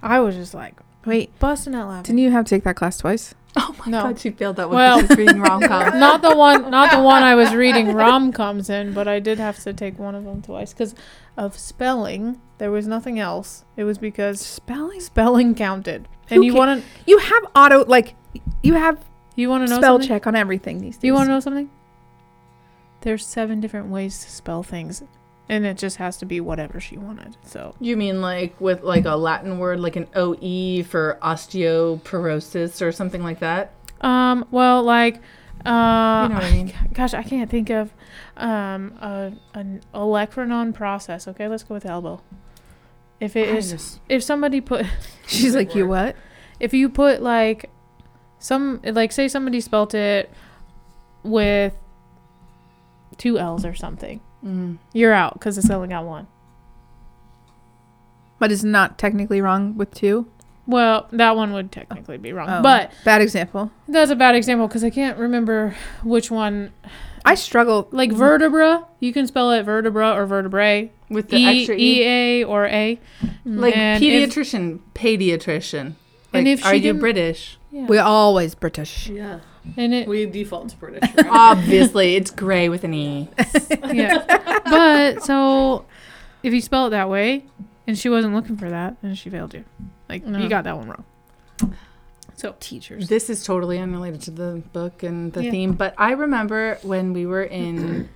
S2: I was just like
S1: Wait,
S2: busting out laughing.
S1: didn't you have to take that class twice?
S3: Oh my
S2: No.
S3: god, she failed that one.
S2: Well-
S3: Well, she's reading rom com.
S2: Not the one, not the one I was reading rom coms in, but I did have to take one of them twice because of spelling. There was nothing else. It was because
S1: Spelling.
S2: spelling counted, and
S1: Who
S2: you
S1: ca-
S2: want to
S1: You have auto like, you have
S2: You want to know
S1: spell
S2: something?
S1: check on everything these days.
S2: You want to know something? There's seven different ways to spell things, and it just has to be whatever she wanted. So
S3: You mean like with like a Latin word, like an OE for osteoporosis or something like that?
S2: Um, well, like, uh,
S3: You know what I mean.
S2: gosh, I can't think of, um, a, an olecranon process. Okay, let's go with elbow. If it is, if somebody put,
S1: She's like, you what?
S2: if you put like, some like say somebody spelt it with two L's or something,
S3: Mm.
S2: you're out because it's only got one.
S1: But it's not technically wrong with two.
S2: Well, that one would technically be wrong,
S1: Oh,
S2: but
S1: bad example.
S2: that's a bad example because I can't remember which one.
S1: I struggle.
S3: Mm-hmm.
S2: Like vertebra, you can spell it vertebra or vertebrae,
S3: With the
S2: e,
S3: extra E,
S2: E A or A.
S3: like
S2: and if-
S3: pediatrician, pediatrician.
S2: And
S3: Like,
S2: if
S3: are
S2: she
S3: you
S2: didn't-
S3: British?
S2: Yeah.
S1: We're always British.
S5: Yeah.
S2: and it,
S5: We default to British. Right?
S3: Obviously, it's gray with an E.
S2: yeah. but so, if you spell it that way, and she wasn't looking for that, then she failed you. Like
S3: No.
S2: you got that one wrong.
S1: So teachers.
S3: This is totally unrelated to the book and the
S1: Yeah.
S3: theme, but I remember when we were in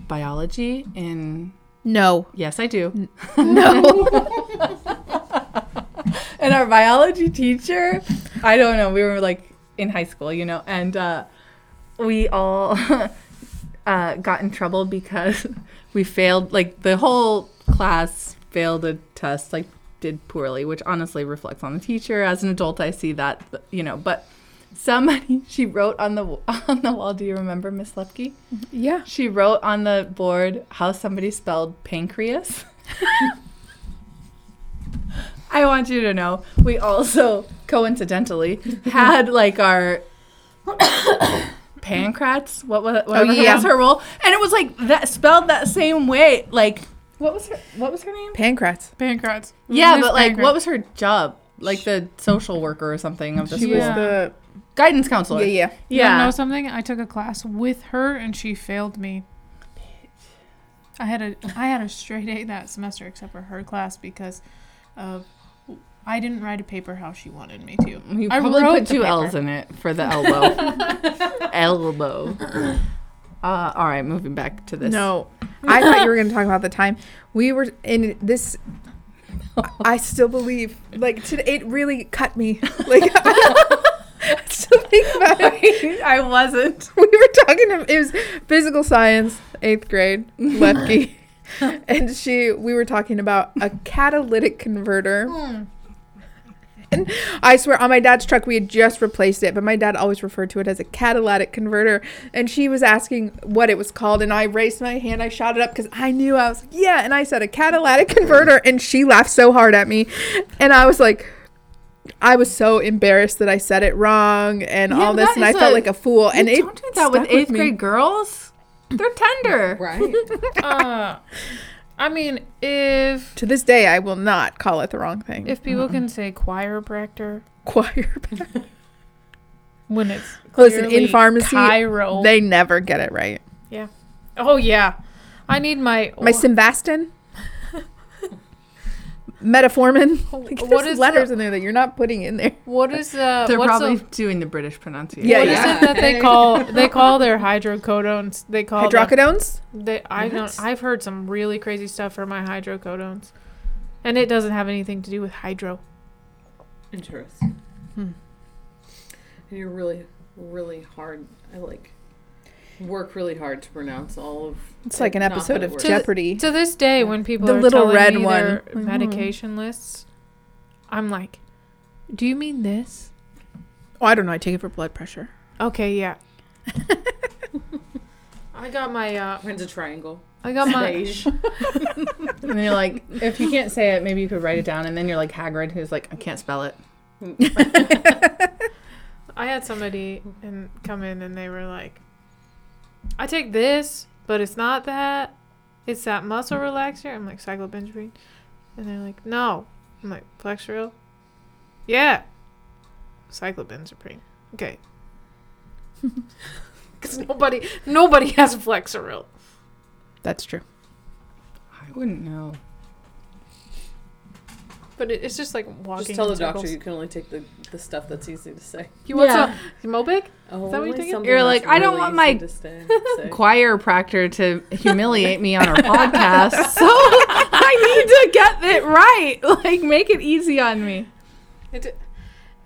S3: biology in
S1: No.
S3: yes, I do.
S1: No.
S3: And our biology teacher, I don't know, we were like in high school, you know, and uh, we all uh, got in trouble because we failed like the whole class failed a test, like did poorly, which honestly reflects on the teacher. As an adult, I see that, you know, but somebody she wrote on the w- on the wall. Do you remember Miss Lepke?
S1: yeah.
S3: She wrote on the board how somebody spelled pancreas. I want you to know we also coincidentally had like our pancrats. What was whatever
S1: Oh, yeah.
S3: was her role? And it was like that spelled that same way. Like what was her what was her name?
S1: Pancrats.
S2: Pancrats.
S3: Yeah, but like what was her job? Like the social worker or something of the
S1: She
S3: school.
S1: was
S2: Yeah.
S1: the
S3: Guidance counselor.
S1: yeah yeah.
S2: You yeah.
S3: Yeah.
S2: know something? I took a class with her and she failed me. I had a I had a straight A that semester except for her class because of I didn't write a paper how she wanted me to.
S3: You
S2: I
S3: probably
S2: wrote
S3: put
S2: the
S3: two
S2: paper.
S3: L's in it for the elbow. elbow. Uh, all right, moving back to this.
S1: No. I thought you were going to talk about the time we were in this. I still believe, like today, it really cut me. Like, I still think about it.
S3: I wasn't.
S1: we were talking to it was physical science eighth grade lefty and she we were talking about a catalytic converter and i swear on my dad's truck we had just replaced it but my dad always referred to it as a catalytic converter and she was asking what it was called and i raised my hand i shot it up because i knew i was like yeah and i said a catalytic converter and she laughed so hard at me and i was like I was so embarrassed that I said it wrong and
S3: Yeah,
S1: all this,
S3: that
S1: and I
S3: is
S1: felt
S3: a-
S1: like a fool. And
S3: And
S1: it
S3: don't do that with
S1: stuck
S3: eighth
S1: me.
S3: grade girls. They're tender.
S4: Right.
S2: uh, I mean, if
S1: To this day, I will not call it the wrong thing.
S2: if people can say chiropractor
S1: choir,
S2: when it's
S1: Listen, in
S2: clearly
S1: pharmacy,
S2: chiro.
S1: they never get it right.
S2: oh yeah, I need my
S1: My simvastin, metformin. Like,
S2: what
S1: there's
S2: is
S1: letters
S2: the-
S1: in there that you're not putting in there.
S2: what is uh
S3: They're
S2: what's
S3: probably
S2: the,
S3: doing the British pronunciation.
S1: Yeah,
S2: what is
S1: yeah.
S2: it that they call they call their hydrocodones they
S1: Oh,
S2: call them-
S1: Hydrocodones.
S2: They, I don't. I've heard some really crazy stuff for my hydrocodones, and it doesn't have anything to do with hydro.
S5: Interesting.
S3: Hmm.
S5: And you're really, really hard. I like work really hard to pronounce all of.
S1: It's like an
S5: not that
S1: episode
S5: it
S1: of
S5: works.
S2: Jeff-
S1: Jeopardy.
S2: To this day, when people
S1: The
S2: are
S1: little
S2: telling
S1: red
S2: me their
S1: one. Mm-hmm.
S2: medication lists, I'm like, "Do you mean this?"
S1: Oh, I don't know. I take it for blood pressure.
S2: Okay, yeah. I got my. Uh,
S5: Mine's a triangle.
S2: I got my.
S5: Beige.
S3: And you're like, if you can't say it, maybe you could write it down. And then you're like Hagrid, who's like, I can't spell it.
S2: I had somebody and come in, and they were like, "I take this, but it's not that. It's that muscle relaxer." I'm like, "Cyclobenzaprine," and they're like, "No." I'm like, "Flexeril." Yeah. Cyclobenzaprine. Okay. Because nobody, nobody has Flexeril.
S1: That's true.
S3: I wouldn't know.
S2: But it, it's just like walking.
S5: Just tell
S2: in
S5: the doctor
S2: circles.
S5: you can only take the, the stuff that's easy to say.
S2: You want
S3: Yeah.
S2: some Mobic?
S5: Oh,
S2: that what you're thinking?
S3: You're like, I don't want my-
S5: my.
S3: Choir practor to humiliate me on our podcast. So I need to get it right. Like, make it easy on me.
S2: It,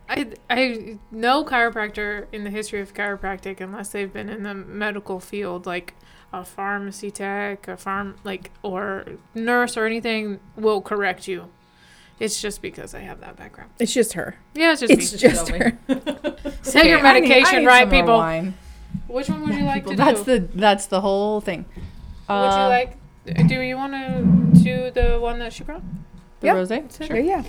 S2: I, I no chiropractor in the history of chiropractic unless they've been in the medical field like a pharmacy tech a farm like or nurse or anything will correct you it's just because i have that background
S1: It's just her.
S2: yeah it's just
S1: It's
S2: me.
S1: just
S5: Zoe.
S1: her.
S2: say your
S3: Okay, I need- I
S2: medication
S3: need
S2: right
S3: some more
S2: people
S3: wine.
S2: which one would you like to
S3: That's
S2: do
S3: the that's the whole thing.
S2: would you
S3: Uh,
S2: like do you want to do the one that she brought
S3: the
S1: Yeah.
S3: rosé?
S1: Sure. Yeah.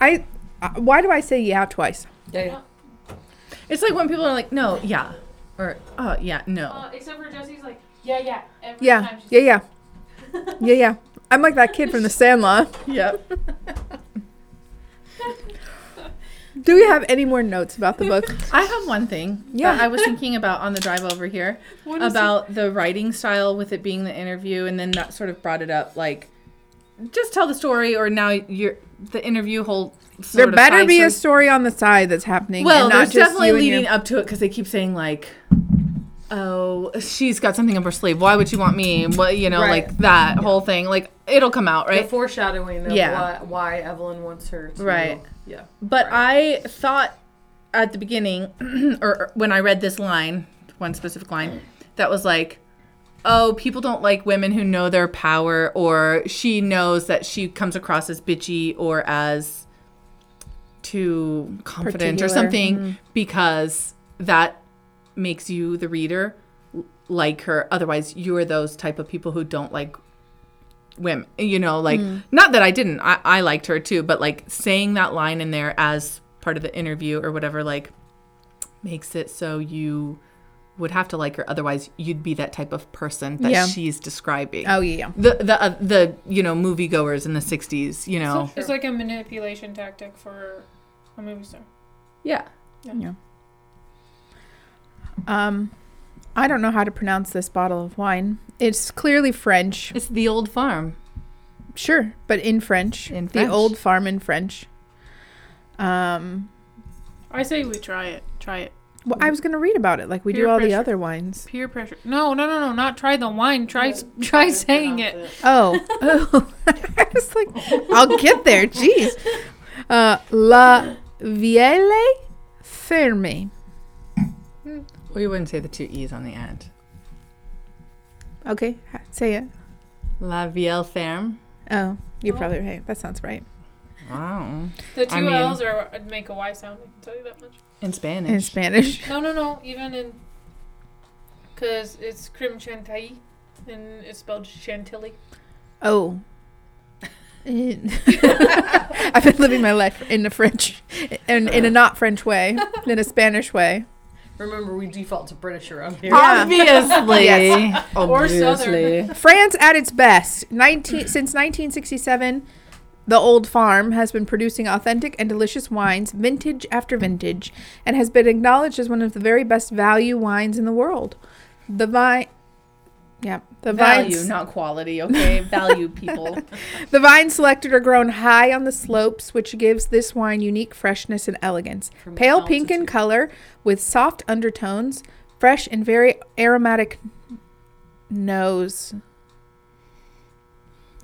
S1: I. Uh, why do I say yeah twice?
S5: Yeah, yeah.
S3: It's like when people are like, no, yeah, or oh yeah, no.
S2: Uh, except for jesse's like yeah yeah every
S1: Yeah. Yeah. Yeah. Yeah. Yeah. I'm like that kid from The Sandlot.
S3: Yep.
S1: Do we have any more notes about the book?
S3: I have one thing.
S1: Yeah.
S3: that I was thinking about on the drive over here
S2: What is it?
S3: about the writing style with it being the interview, and then that sort of brought it up like just tell the story, or now you're the interview whole.
S1: There
S3: sort of
S1: better
S3: side
S1: be a
S3: story.
S1: story on the side that's happening.
S3: Well,
S1: and not
S3: there's
S1: just
S3: definitely
S1: you and
S3: leading
S1: your-
S3: up to it because they keep saying like, "Oh, she's got something up her sleeve. Why would she want me?" What you know,
S5: Right.
S3: like that whole thing. Like it'll come out,
S5: The
S3: right?
S5: foreshadowing of
S3: Yeah.
S5: why, why Evelyn wants her to.
S3: Right.
S5: Yeah.
S3: But I thought at the beginning, or when I read this line, one specific line, that was like, oh, people don't like women who know their power, or she knows that she comes across as bitchy or as too confident
S1: Particular.
S3: or something because that makes you, the reader, l- like her. Otherwise, you are those type of people who don't like women you know like not that i didn't I, I liked her too but like saying that line in there as part of the interview or whatever like makes it so you would have to like her otherwise you'd be that type of person that
S1: Yeah.
S3: she's describing
S1: Oh yeah.
S3: the the uh, the you know moviegoers in the 60s you know
S2: It's like a manipulation tactic for a movie star.
S3: yeah
S1: Um, I don't know how to pronounce this bottle of wine. It's clearly French.
S3: it's the old farm
S1: Sure, but in French.
S3: In
S1: The
S3: French.
S1: old farm in French. Um,
S2: I say we try it. Try it.
S1: well, I was gonna read about it like we do
S2: Peer
S1: all the
S2: pressure.
S1: other wines.
S2: Peer pressure. No, no, no, no. Not try the wine. Try try saying it.
S1: Oh, oh, I was like, I'll get there. Jeez. Uh, La Vielle Ferme.
S3: well you wouldn't say the two e's on the end
S1: Okay, ha- say it.
S3: la vielle ferme
S1: Oh, you're probably right. That sounds right.
S3: wow
S2: The
S3: I
S2: two
S3: mean-
S2: L's are make a Y sound. I can tell you that much.
S3: in
S1: In
S3: spanish
S1: Spanish.
S2: No, no, no. Even in, because it's creme chantilly, and it's spelled chantilly.
S1: Oh. I've been living my life in a French, in, in a not French way, in a Spanish way.
S5: Remember, we default to British around here.
S1: Yeah.
S3: obviously
S1: Yes.
S2: Or southern.
S1: France at its best. 19, since 1967, the Old Farm has been producing authentic and delicious wines, vintage after vintage, and has been acknowledged as one of the very best value wines in the world. The vine. Yeah, the
S3: value
S1: vines.
S3: not quality okay value people
S1: The vines selected are grown high on the slopes, which gives this wine unique freshness and elegance. Pale pink in color with soft undertones, fresh and very aromatic nose.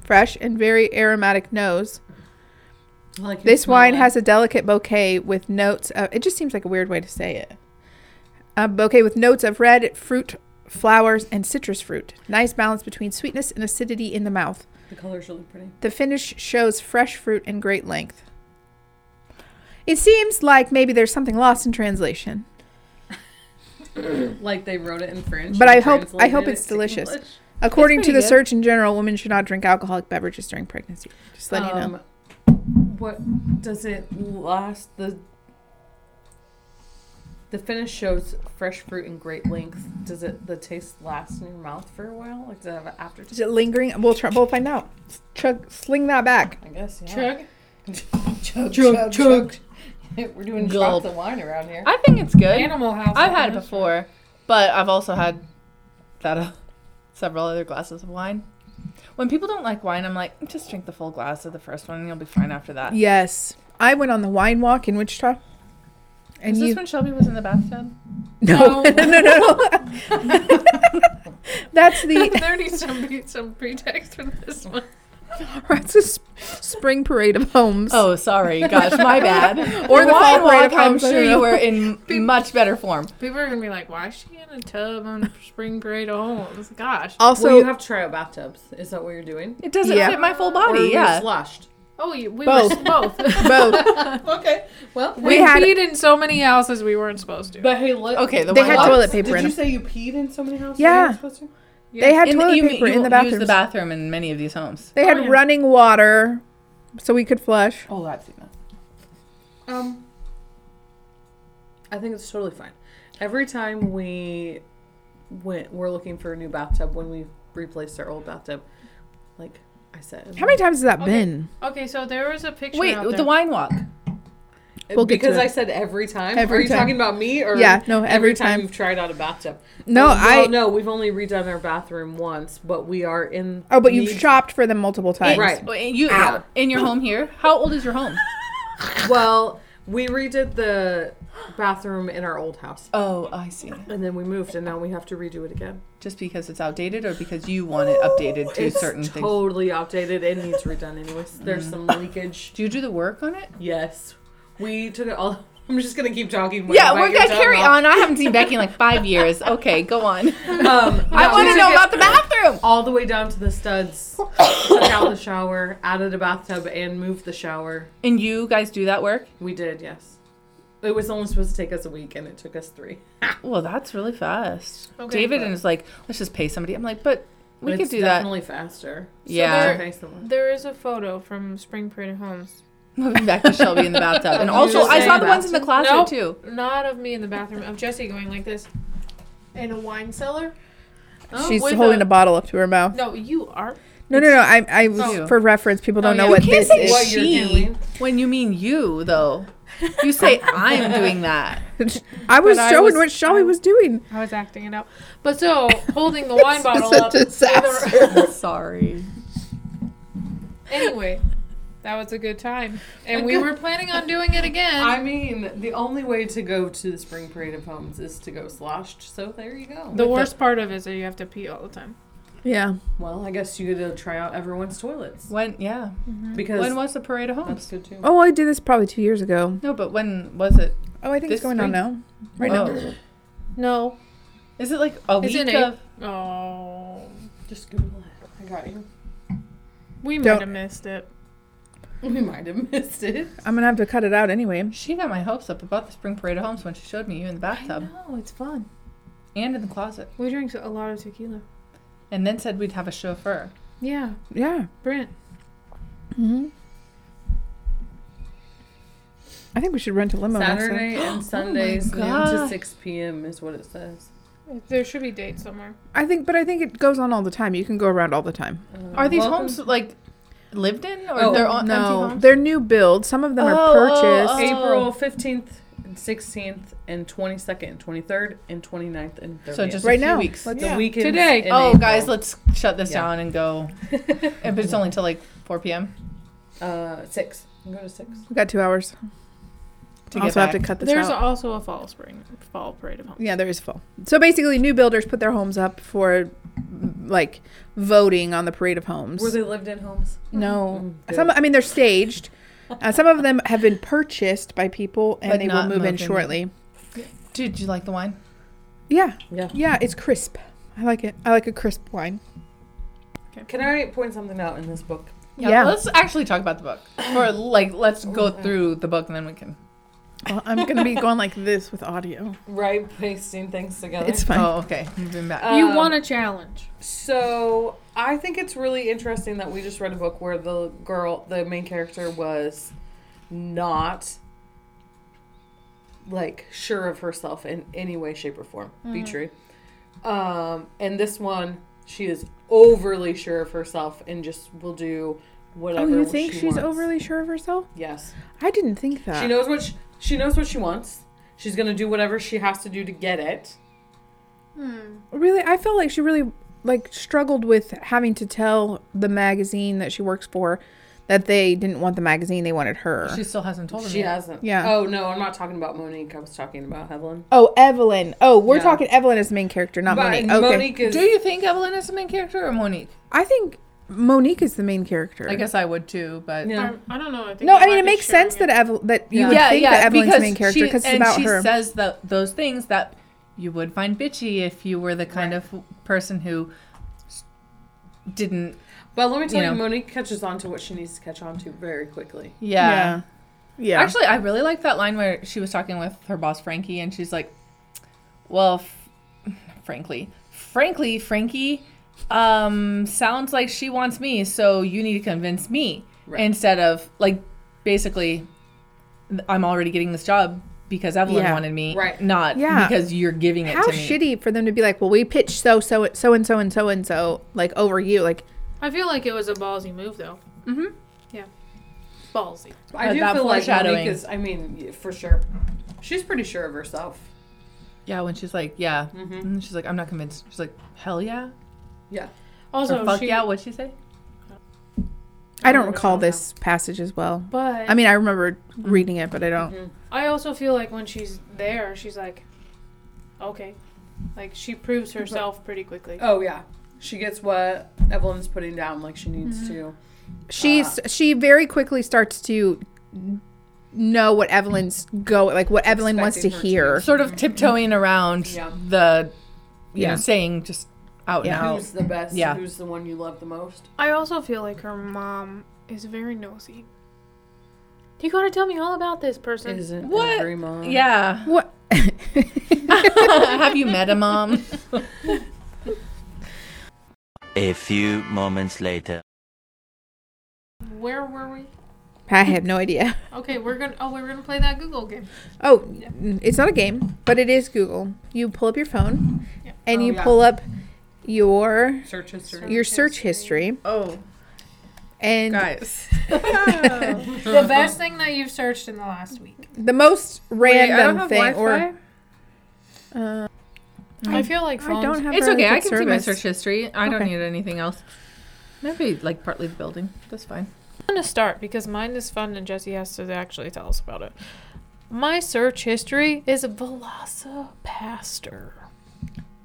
S1: Fresh and very aromatic nose.
S5: Like you
S1: This
S5: smell
S1: wine
S5: like-
S1: has a delicate bouquet with notes of. It just seems like a weird way to say it. A bouquet with notes of red fruit, flowers, and citrus fruit. Nice balance between sweetness and acidity in the mouth.
S5: The color's really pretty.
S1: The finish shows fresh fruit and great length. It seems like maybe there's something lost in translation.
S5: Like they wrote it in French.
S1: But
S5: and
S1: I hope- I hope
S5: translated
S1: it's
S5: it to
S1: delicious.
S5: English.
S1: According to
S3: pretty
S1: the
S3: good.
S1: search in general, women should not drink alcoholic beverages during pregnancy. Just letting you know.
S5: Um, What does it last? The the finish shows fresh fruit and great length. Does it the taste last in your mouth for a while? Like does it have an aftertaste?
S1: Is it lingering? We'll try, we'll find out. Chug, sling that back.
S5: I guess yeah.
S2: Chug.
S5: Chug chug
S3: Chug,
S5: We're doing
S3: Gulp.
S5: shots of wine around here.
S3: I think it's good.
S2: Animal House.
S3: I've had it
S2: open.
S3: before, but I've also had that uh, several other glasses of wine. When people don't like wine, I'm like, just drink the full glass of the first one, and you'll be fine after that.
S1: Yes, I went on the wine walk in Wichita. And
S3: Is
S1: you
S3: this when Shelby was in the bathtub?
S1: no no no no. That's the
S2: there needs to be some pretext for this one.
S1: that's a sp- spring parade of homes.
S3: Oh, sorry, gosh, my bad.
S1: Or the fall parade
S3: wine walk.
S1: of
S3: I'm
S1: homes, I
S3: sure
S1: don't
S3: you
S1: know.
S3: were in much better form.
S2: People are gonna be like, "Why is she in a tub on spring parade homes?" Gosh.
S1: also
S5: well, you have to try out bathtubs. Is that what you're doing?
S3: It doesn't
S1: Yeah.
S3: fit my full
S5: Or
S3: body.
S5: you're
S3: Yeah,
S5: sloshed.
S2: Oh, you- we
S1: Both.
S2: were both.
S1: both.
S5: Okay. Well,
S2: we
S1: had-
S2: peed in so many houses we weren't supposed to.
S5: but hey, look.
S3: Okay, the
S1: They
S3: wine
S1: had
S3: walk-
S1: toilet paper
S5: Did
S1: in
S5: you
S1: it.
S5: say you peed in somebody else's?
S1: Yeah. They had
S3: in the-
S1: toilet
S3: you-
S1: paper
S3: you
S1: in the
S3: won't Use
S1: bathrooms.
S3: the bathroom in many of these homes.
S1: They
S2: Oh,
S1: had
S2: yeah.
S1: running water, so we could flush.
S3: Oh, I've seen that.
S5: Um, I think it's totally fine. Every time we went, we're looking for a new bathtub when we replaced our old bathtub. Like I said,
S1: How many times has that
S2: Okay.
S1: been?
S2: Okay, so there was a picture.
S3: Wait,
S2: out
S3: with
S2: there.
S3: the wine walk.
S1: We'll get to
S5: because
S1: it.
S5: I said every time.
S1: Every
S5: Are you
S1: time.
S5: talking about me or
S1: Yeah, no, every time.
S5: we've tried out a bathtub?
S1: No,
S5: Oh, well,
S1: I-
S5: no, we've only redone our bathroom once, but we are in.
S1: Oh, but you've
S5: need-
S1: shopped for them multiple times.
S5: Right.
S3: Oh, and You in your home here? How old is your home?
S5: Well, we redid the bathroom in our old house,
S3: Oh, I see.
S5: and then we moved, and now we have to redo it again.
S3: Just because it's outdated, or because you want it updated to
S5: it's
S3: certain things? Mm.
S5: totally outdated. It needs redone, anyways. There's some leakage.
S3: Do you do the work on it?
S5: Yes, we took it all. I'm just gonna keep talking.
S3: Yeah,
S5: about
S3: we're
S5: your
S3: gonna
S5: dumb
S3: carry
S5: mouth.
S3: on. I haven't seen Becky in like five years. Okay, go on.
S5: Um,
S3: I
S5: no,
S3: want
S5: we
S3: to
S5: took
S3: know
S5: it
S3: about the bathroom.
S5: all the way down to the studs. took out the shower, added a bathtub, and moved the shower.
S3: And you guys do that work?
S5: We did, yes. It was only supposed to take us a week, and it took us three.
S3: Well, that's really fast.
S2: Okay,
S3: David
S2: but-
S3: and is like, let's just pay somebody. I'm like, but we
S5: But
S3: could
S5: it's
S3: do that.
S5: definitely faster.
S3: yeah,
S2: there-
S5: Okay, someone.
S2: There is a photo from Spring Prairie Homes.
S3: moving back to Shelby in the bathtub, and
S5: You
S3: also
S5: just
S3: I saw
S5: saying
S3: the ones in the closet
S2: Nope.
S3: too.
S2: Not of me in the bathroom, of Jesse going like this in a wine cellar.
S1: She's holding a bottle up to her mouth.
S2: No, you are.
S1: No, no, no. I, I was
S3: Oh.
S1: for reference. People don't
S2: Oh,
S1: know
S2: yeah.
S1: what
S3: You
S1: this
S3: can't say
S1: is.
S5: What you're
S3: she
S5: doing.
S3: when you mean you though. You say I'm doing that.
S1: I was
S2: But I
S1: showing
S2: was-
S1: what Shelby was doing.
S2: I was acting it out. But so holding the wine bottle
S1: It's a
S2: up.
S1: disaster.
S3: Sorry.
S2: Anyway, that was a good time, and we were planning on doing it again.
S5: I mean, the only way to go to the Spring Parade of Homes is to go sloshed, so there you go.
S2: the worst part of it is that you have to pee all the time.
S1: Yeah.
S5: Well, I guess you get to try out everyone's toilets.
S3: When yeah.
S5: Because
S3: When was the parade of
S5: that's
S3: homes?
S5: good too.
S1: Oh, I did this probably two years ago.
S3: No, but when was it?
S1: Oh, I think
S3: This
S1: it's going on now. Right now.
S3: Oh.
S2: No.
S3: Is it like a
S2: Is
S3: week
S2: it
S3: of
S2: April? Oh,
S5: Just Google it. I got you.
S2: we might
S1: Don't-
S2: have missed it.
S5: We might have missed it.
S1: I'm gonna have to cut it out anyway.
S3: She got my hopes up about the spring parade of homes when she showed me you in the bathtub
S5: No, it's fun.
S3: and in the closet,
S2: We drank a lot of tequila.
S3: and then said we'd have a chauffeur.
S2: Yeah,
S1: Yeah.
S2: Brent.
S1: hmm I think we should rent a limo. next time.
S3: Oh
S5: Saturday and Sundays, noon to
S3: God.
S5: 6 p.m. is what it says.
S2: There should be dates somewhere.
S1: I think, but I think it goes on all the time. You can go around all the time.
S3: Are these
S5: Um, Welcome-
S3: homes like lived in or
S5: Oh,
S3: they're on empty
S1: No,
S3: homes?
S1: they're new builds. Some of them
S3: Oh, oh,
S1: are purchased.
S3: oh.
S5: April 15th and 16th and 22nd and 23rd and 29th and 30th.
S3: So just
S1: Right
S3: a few
S1: now.
S3: weeks.
S5: But
S2: Yeah.
S5: the weekend
S2: Today.
S3: oh, guys, let's shut this
S5: Yeah.
S3: down and go. if it's only till like 4 p.m.
S5: uh, six. Go to six.
S1: We got two hours.
S3: to get
S1: also have to
S3: back.
S1: cut this
S2: There's
S1: out.
S2: also a fall spring fall parade of homes.
S1: yeah, there is full. So basically, new builders put their homes up for like voting on the parade of homes.
S5: Were they lived in homes?
S1: no,
S3: Oh,
S5: Mm, good.
S1: some. I mean, they're staged. Uh, some of them have been purchased by people, and
S3: But
S1: they will
S3: not
S1: move in
S3: moved in.
S1: shortly.
S3: Did you like the wine?
S1: Yeah,
S5: Yeah.
S1: yeah, it's crisp. I like it. I like a crisp wine.
S5: Can I point something out in this book?
S1: Yeah.
S3: Let's actually talk about the book. Or like, let's go through the book and then we can.
S1: Well, I'm gonna be going like this with audio.
S5: Right, pasting things together.
S1: It's fine.
S3: Oh, okay. Moving back.
S5: Uh,
S2: you
S5: Um,
S2: want a challenge?
S5: So I think it's really interesting that we just read a book where the girl, the main character, was not like sure of herself in any way, shape, or form. Be
S1: Mm-hmm.
S5: true. Um, and this one, she is overly sure of herself and just will do
S1: Oh,
S5: whatever.
S1: you think
S5: she
S1: she's
S5: wants.
S1: overly sure of herself?
S5: Yes,
S1: I didn't think that.
S5: she knows what she, she knows what she wants. She's gonna do whatever she has to do to get it.
S1: really i felt like she really like struggled with having to tell the magazine that she works for that they didn't want the magazine they wanted her
S3: She still hasn't told him.
S5: She
S3: yet.
S5: hasn't.
S1: Yeah.
S5: Oh no, I'm not talking about Monique. I was talking about Evelyn.
S1: oh evelyn oh we're
S5: Yeah.
S1: talking evelyn as the main character not
S5: But
S1: monique okay
S5: Monique is
S3: Do you think Evelyn is the main character or Monique?
S1: i think monique is the main character
S3: I guess I would too, but.
S5: Yeah.
S2: Um, I don't know. I think
S1: no
S2: you
S1: i mean
S2: might
S1: it
S2: be
S1: makes
S2: sharing
S1: sense
S2: it.
S1: that Evel- that you would think that evelyn's main character
S3: she-
S1: because it's
S3: and
S1: about
S3: she
S1: her
S3: says tho- those things that you would find bitchy if you were the kind of person who s- didn't.
S5: But let me tell
S3: you
S5: you,
S3: know.
S5: Monique catches on to what she needs to catch on to very quickly.
S3: Yeah.
S1: yeah
S3: Actually, I really like that line where she was talking with her boss Frankie, and she's like, "Well, f- frankly, frankly, Frankie, um, sounds like she wants me, so you need to convince me
S5: Right.
S3: instead of like, basically, I'm already getting this job." Because Evelyn
S1: Yeah.
S3: wanted me,
S5: Right.
S3: Not
S1: Yeah.
S3: because you're giving it
S1: how
S3: to me.
S1: shitty for them to be like well we pitched so so so and so and so and so like over you like Mm-hmm.
S2: I feel like it was a ballsy move, though. ballsy.
S5: I
S3: Uh,
S5: do
S3: that
S5: feel like Monique
S3: foreshadowing.
S5: is. I mean, y- for sure, she's pretty sure of herself.
S3: Yeah, when she's like, yeah,
S5: Mhm.
S3: and she's like, I'm not convinced. She's like, hell yeah,
S5: Yeah.
S2: Also,
S3: or fuck
S2: she,
S3: yeah. What'd she say?
S1: I don't recall this passage as well.
S2: But
S1: I mean, I remember reading it, but I don't.
S2: I also feel like when she's there, she's like, okay, like she proves herself pretty quickly.
S5: Oh yeah, she gets what Evelyn's putting down. Like she needs
S3: Mm-hmm.
S5: to.
S1: She's she very quickly starts to know what Evelyn's go like what Evelyn wants to
S5: Expecting her to
S1: hear.
S3: Sort of tiptoeing around
S5: Yeah.
S3: the, you
S1: Yeah.
S3: know, saying just out
S1: Yeah.
S3: and out.
S5: Who's the best?
S3: Yeah.
S5: Who's the one you love the most?
S2: I also feel like her mom is very nosy. You gotta tell me all about this person.
S5: Isn't
S3: What?
S5: every mom?
S3: Yeah.
S1: What?
S3: Have you met a mom?
S6: A few moments later.
S2: Where were we?
S1: I have no idea.
S2: Okay, we're gonna. Oh, we're gonna play that Google game.
S1: Oh, n- it's not a game, but it is Google. You pull up your phone,
S2: Yeah.
S1: and
S5: Oh,
S1: you
S5: yeah.
S1: pull up your
S5: Search history.
S1: your search history,
S3: Oh,
S1: and
S3: guys.
S2: the best thing that you've searched in the last week.
S1: the most random thing, or uh,
S2: I, feel like
S1: I
S2: phones.
S1: don't have.
S3: It's
S1: very
S3: okay.
S1: good
S3: I can see my
S1: service.
S3: search history. I don't
S1: Okay.
S3: need anything else. Maybe like partly the building. That's fine.
S2: I'm gonna start because mine is fun and Jesse has to actually tell us about it. My search history is Velocipaster.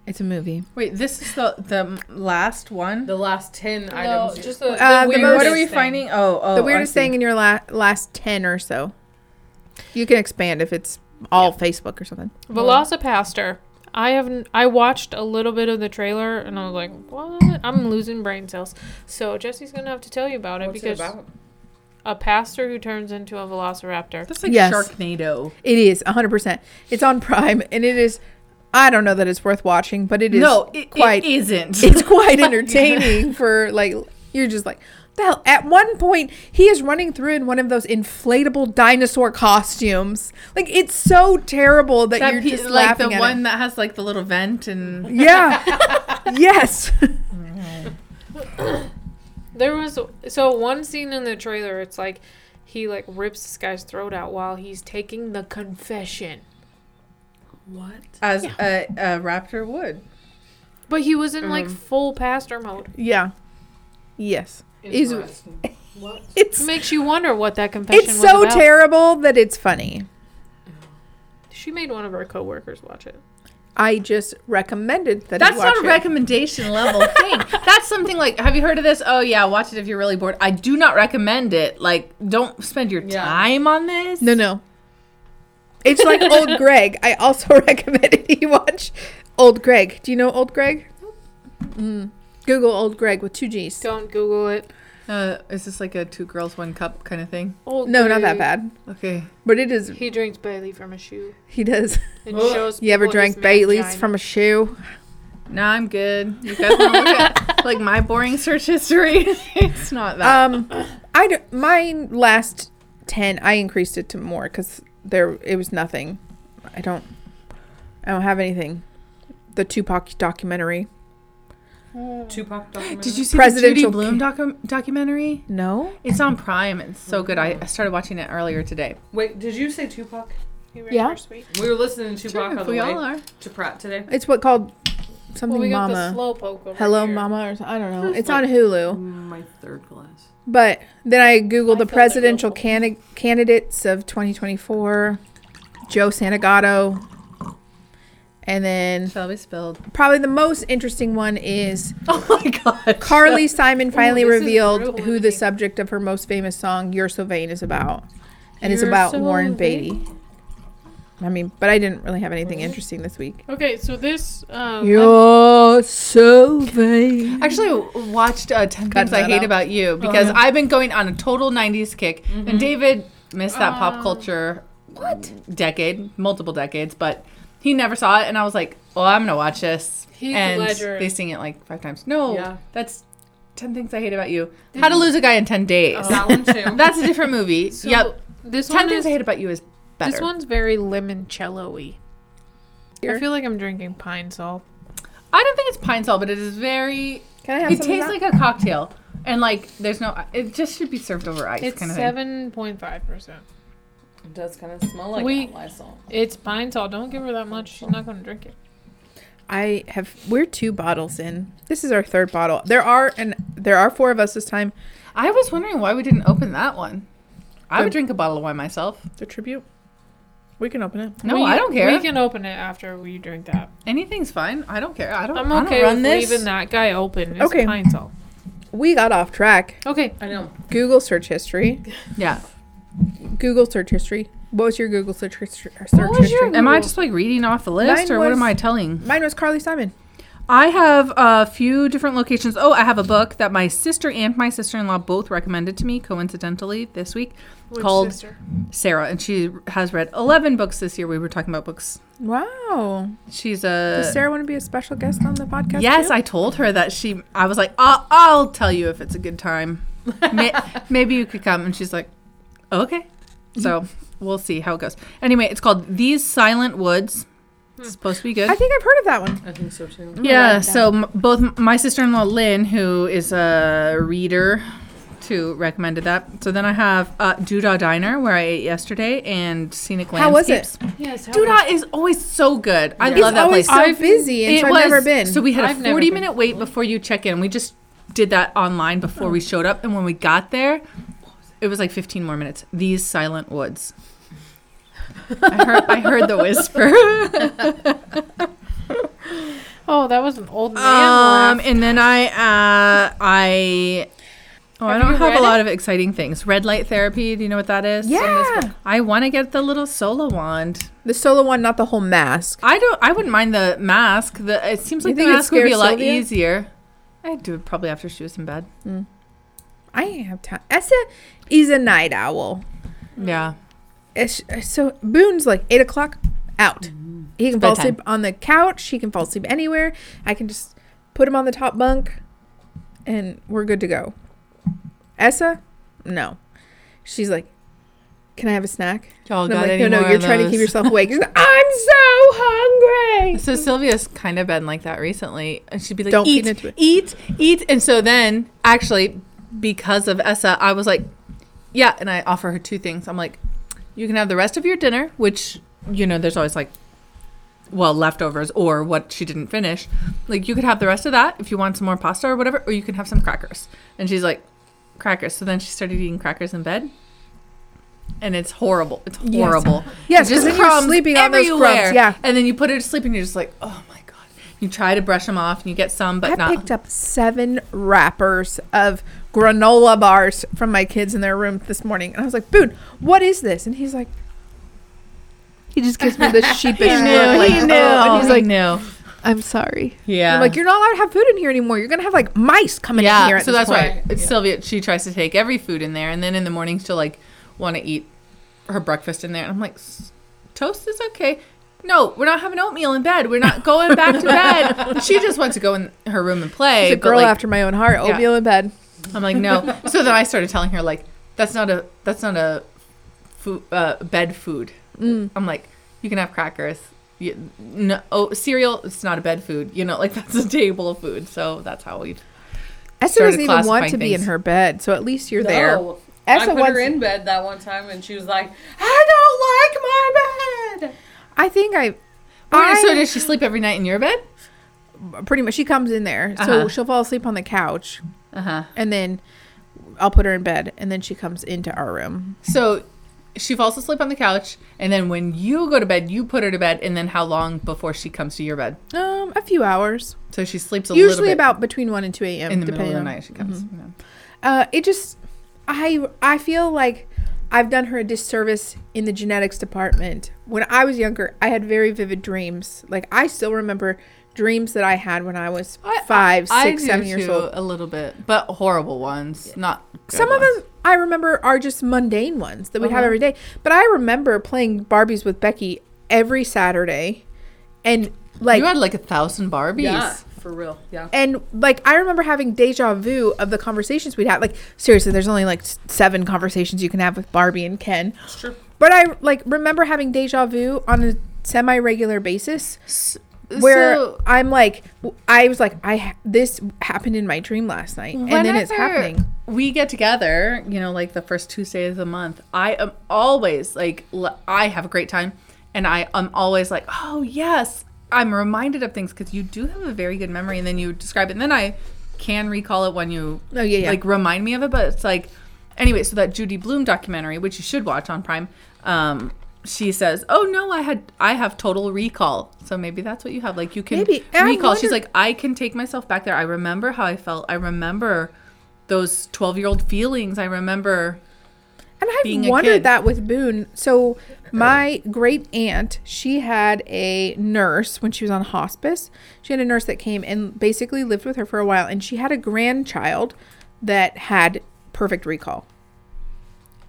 S1: It's a movie.
S3: Wait, this is the the last one.
S5: The last ten items.
S2: just the,
S1: Uh, the
S3: what are
S1: weirdest
S3: we finding? Oh, oh,
S1: the
S3: I
S1: weirdest
S3: see.
S1: thing in your la- last ten or so. You can expand if it's all Facebook or something.
S2: Velocipaster. I have n- I watched a little bit of the trailer and I was like, what? I'm losing brain cells. So Jesse's gonna have to tell you about it
S5: What's it
S2: because
S5: about?
S2: a pastor who turns into a velociraptor.
S3: That's like
S1: Yes.
S3: Sharknado.
S1: It is 100%. It's on Prime and it is I don't know that it's worth watching, but it is
S3: no, it,
S1: quite
S3: it isn't.
S1: it's quite entertaining for like you're just like the hell at one point he is running through in one of those inflatable dinosaur costumes. Like it's so terrible that,
S3: that
S1: you're
S3: piece,
S1: just
S3: like
S1: laughing
S3: the
S1: at
S3: one
S1: it.
S3: that has like the little vent and
S1: Yeah. yes.
S2: There was so one scene in the trailer. It's like he like rips this guy's throat out while he's taking the confession.
S5: What?
S3: as a, a raptor would.
S2: But he was in like
S1: Mm-hmm.
S2: full pastor mode.
S1: Yeah. Yes. Is-
S5: Interesting. what?
S1: It's
S2: It makes you wonder what that confession
S1: it's
S2: was
S1: so
S2: about.
S1: terrible that it's funny.
S2: She made one of our coworkers watch it.
S1: I just recommended that. he
S3: That's not
S1: watch
S3: a
S1: it.
S3: recommendation level thing. That's something like, have you heard of this? Oh yeah, watch it if you're really bored. I do not recommend it. Like, don't spend your
S5: Yeah.
S3: time on this.
S1: No, no. It's like Old Greg. I also recommended you watch Old Greg. Do you know Old Greg? Mm. Google Old Greg with two G's.
S2: Don't Google it.
S3: Uh, is this like a two girls one cup kind of thing?
S2: Oh,
S1: No, not that bad.
S3: Okay.
S1: But it is.
S2: He drinks Bailey from a shoe
S1: He does.
S2: and
S5: Ugh.
S2: shows.
S1: You ever
S2: people his
S1: drank Bailey's
S2: mangina.
S1: from a shoe?
S3: Nah, I'm good. You guys want to look at like my boring search history? it's not that.
S1: Um, I d- my last ten. I increased it to more because there it was nothing. I don't. I don't have anything. The Tupac documentary.
S2: Oh,
S5: Tupac documentary.
S3: Uh, Did you see the
S1: presidential
S3: Judy Bloom docu- documentary?
S1: No.
S3: It's on Prime. It's so good. I, I started watching it earlier today.
S5: Wait, did you say Tupac?
S2: He
S1: Yeah.
S2: yeah. Sweet.
S5: We were listening to Tupac on the
S3: we
S5: way
S3: all are.
S5: to Pratt today.
S1: It's what called something
S2: Well, we got the
S1: Mama.
S2: slow poke over
S1: Hello,
S2: here.
S1: Mama, or so- I don't know. It's
S5: like-
S1: on Hulu.
S5: My third class.
S1: But then I googled the
S2: I felt it
S1: presidential
S2: local.
S1: candid candidates of 2024, Joe Santagato, and then
S3: Shall be spilled.
S1: probably the most interesting one is
S3: Oh my god.
S1: Carly Simon finally
S2: this is
S1: revealed
S2: brutal.
S1: who the subject of her most famous song "You're So Vain" is about, and it's
S2: You're
S1: about
S2: so
S1: Warren
S2: vain.
S1: Beatty. I mean, but I didn't really have anything interesting this week.
S2: Okay, so this. Um,
S1: You're so vain.
S3: Actually, w- watched uh, Ten
S1: Cut
S3: Things I
S1: that
S3: Hate
S1: out.
S3: About You because I've been going on a total '90s kick, and David missed that pop culture what decade, multiple decades, but he never saw it, and I was like, "Well, I'm gonna watch this."
S2: Heath
S3: and
S2: Ledger.
S3: they sing it like five times. No,
S5: Yeah.
S3: that's Ten Things I Hate About You. How to Lose a Guy in Ten Days.
S5: That one too.
S3: That's a different movie.
S2: so
S3: yep.
S2: This
S3: Ten
S2: one
S3: Things
S2: is.
S3: I Hate About You is better.
S2: This one's very limoncello-y. I
S1: Here.
S2: feel like I'm drinking pine salt.
S3: I don't think it's pine salt, but it is very
S1: Can I have
S3: It
S1: some of
S3: tastes
S1: that?
S3: like a cocktail. And like, there's no. It just should be served over ice,
S2: It's
S3: kind of
S2: seven point five percent.
S5: It does kind of smell like
S2: We-
S5: we, Lysol.
S2: It's pine salt. Don't give her that much. She's not gonna drink it.
S1: I have. We're two bottles in. This is our third bottle. There are and there are four of us this time.
S3: thing. I was wondering why we didn't open that one. I would drink a bottle of wine myself.
S1: The tribute. We can open it.
S3: No,
S2: We-
S3: I don't care.
S2: We can open it after we drink that.
S3: Anything's fine. I don't care. I don't.
S2: I'm
S3: Oh, I don't
S2: okay
S3: run
S2: with
S3: this.
S2: leaving that guy open. It's
S1: Okay.
S2: pine salt.
S1: We got off track.
S2: Okay.
S5: I know.
S1: Google search history.
S3: Yeah.
S1: Google search history. What was your Google search, history? search history?
S3: Am I just like reading off the list,
S1: Mine
S3: or what am
S1: was-
S3: I telling?
S1: Mine was Carly Simon.
S3: I have a few different locations. Oh, I have a book that my sister and my sister-in-law both recommended to me coincidentally this week
S2: Which
S3: called
S2: sister?
S3: Sarah, and she has read 11 books this year. We were talking about books.
S1: Wow.
S3: She's
S1: Does
S3: a
S1: Sarah want to be a special guest on the podcast?
S3: Uh, Yes,
S1: too?
S3: I told her that she. I was like, I'll, I'll tell you if it's a good time. May, maybe you could come. And she's like, okay. So we'll see how it goes. Anyway, it's called These Silent Woods. It's supposed to be good.
S1: Hmm. I think I've heard of that one.
S5: I think so too.
S3: yeah. So m- both m- my sister-in-law Lynn, who is a reader, too, recommended that. So then I have uh, Doodah Diner, where I ate yesterday, and Scenic Landscapes.
S1: How was it?
S2: Yes. how was-
S3: Doodah is always so good. I
S1: It's
S3: love that
S1: always
S3: place.
S1: so busy, and so I've never been.
S3: So we had
S2: I've
S3: a
S2: never
S3: 40
S2: been.
S3: minute wait before you check in. We just did that online before we showed up. And when we got there, it was like 15 more minutes. These silent woods. I heard, I heard the whisper.
S2: Oh, that was an old man.
S3: Um,
S2: laugh.
S3: and then I, uh, I, oh, I
S2: Have
S3: don't
S2: you
S3: have
S2: read
S3: a lot of exciting things. Red light therapy. Do you know what that is?
S1: Yeah.
S3: I want to get the little solo wand.
S1: The solo one, not the whole mask.
S3: I don't. I wouldn't mind the mask. The it seems
S1: You
S3: like the
S1: think it
S3: mask would be a
S1: scares
S3: lot
S1: Sylvia?
S3: easier. I'd do it probably after she was in bed.
S1: I ain't have time. Essa is a night owl.
S3: Yeah.
S1: It's, so Boone's like eight o'clock out. He can fall
S3: bedtime.
S1: asleep on the couch. He can fall asleep anywhere. I can just put him on the top bunk, and we're good to go. Essa, no, she's like, "Can I have a snack?"
S3: Y'all
S1: And I'm
S3: got
S1: like,
S3: any
S1: "No, no,
S3: more
S1: you're
S3: of
S1: trying to keep
S3: those?"
S1: yourself awake." She's like, "I'm so hungry."
S3: So Sylvia's kind of been like that recently, and she'd be like,
S1: Don't feed
S3: "Eat,
S1: into it."
S3: eat, eat," and so then actually because of Essa, I was like, "Yeah," and I offer her two things. I'm like, "You can have the rest of your dinner, which you know, there's always like." Well, leftovers or what she didn't finish. Like, you could have the rest of that if you want some more pasta or whatever, or you can have some crackers. And she's like, crackers. So then she started eating crackers in bed. And it's horrible. It's
S1: Yes.
S3: horrible.
S1: Yes,
S3: Just
S1: 'cause then you're
S3: crumbs
S1: sleeping on those crumbs,
S3: everywhere.
S1: yeah.
S3: And then you put it to sleep and you're just like, oh my God. You try to brush them off and you get some, but
S1: I
S3: not.
S1: picked up seven wrappers of granola bars from my kids in their room this morning, and I was like, "Boone, what is this?" And he's like, he just gives me the sheepish
S3: He knew.
S1: look, like,
S3: he knew.
S1: "Oh," and he's like,
S3: no.
S1: "I'm sorry."
S3: Yeah.
S1: I'm like, "You're not allowed to have food in here anymore. You're gonna have like mice coming in here."
S3: yeah.
S1: At
S3: So
S1: this
S3: that's
S1: point.
S3: why it's Sylvia, she tries to take every food in there. And then in the morning, she'll like want to eat her breakfast in there. And I'm like, "S- toast is okay. No, we're not having oatmeal in bed. We're not going back to bed. she just wants to go in her room and play.
S1: She's a
S3: but,
S1: girl
S3: like,
S1: after my own heart.
S3: Yeah.
S1: Oatmeal in bed.
S3: I'm like, no. so then I started telling her like, that's not a that's not a food, uh, bed food.
S1: Mm.
S3: I'm like, you can have crackers. You, no, oh, cereal. It's not a bed food. You know, like that's a table food. So that's how we.
S1: Esther
S3: Started
S1: doesn't even want
S3: classifying
S1: to be in
S3: things.
S1: her bed, so at least you're there.
S5: No. I
S1: Essa
S5: put
S1: wants.
S5: her in bed that one time, and she was like, "I don't like my bed."
S1: I think I. I-
S3: so does she sleep every night in your bed?
S1: pretty much she comes in there so
S3: Uh-huh.
S1: she'll fall asleep on the couch
S3: Uh huh.
S1: and then i'll put her in bed and then she comes into our room
S3: So she falls asleep on the couch, and then when you go to bed, you put her to bed, and then how long before she comes to your bed?
S1: um a few hours
S3: So she sleeps a little
S1: usually
S3: bit
S1: about between 1 and 2 a.m
S3: in the middle
S1: depending
S3: of the
S1: on-
S3: night. She comes. you know.
S1: uh it just i i feel like i've done her a disservice in the genetics department when i was younger i had very vivid dreams like i still remember dreams that i had when i was
S3: I-
S1: five, six, seven
S3: I- I do
S1: years
S3: too,
S1: old
S3: a little bit, but horrible ones, not good
S1: Some of
S3: ones.
S1: them I remember are just mundane ones that we
S3: Uh-huh.
S1: have every day. But I remember playing Barbies with Becky every Saturday, and like
S3: you had like a thousand Barbies.
S5: Yeah, for real. Yeah.
S1: and like I remember having deja vu of the conversations we'd have. Like seriously, there's only like s- seven conversations you can have with Barbie and Ken. But I like remember having deja vu on a semi-regular basis. where
S3: So-
S1: I'm like, w- I was like, I ha- this happened in my dream last night, and then it's
S3: Whenever
S1: happening.
S3: We get together, you know, like the first Tuesday of the month. I am always like, l- I have a great time, and I am always like, oh yes, I'm reminded of things because you do have a very good memory, and then you describe it, and then I can recall it when you,
S1: Oh, yeah, yeah.
S3: like remind me of it. But it's like, anyway, so that Judy Bloom documentary, which you should watch on Prime. Um, she says, "Oh no, I had I have total recall. So maybe that's what you have. Like you can
S1: Maybe. And I
S3: recall. She's
S1: wonder-
S3: like." like I can take myself back there. I remember how I felt. I remember those 12-year-old feelings. I remember
S1: And I've
S3: being a
S1: wondered
S3: kid.
S1: that with Boone. So my great aunt, she had a nurse when she was on hospice. She had a nurse that came and basically lived with her for a while, and she had a grandchild that had perfect recall.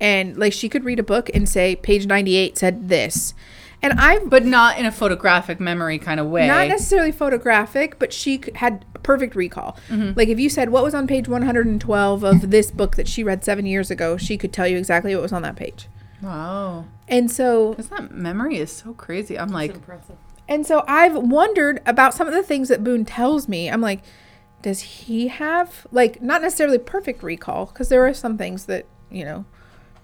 S1: And like she could read a book and say page 98 said this. And I've
S3: but not in a photographic memory kind of way.
S1: not necessarily photographic, but she c- had perfect recall.
S3: Mm-hmm.
S1: Like if you said what was on page 112 of this book that she read 7 years ago, she could tell you exactly what was on that page.
S3: wow.
S1: And so
S3: Isn't that memory is so crazy. I'm like
S5: Impressive.
S1: and so I've wondered about some of the things that Boone tells me. I'm like, does he have like not necessarily perfect recall because there are some things that, you know,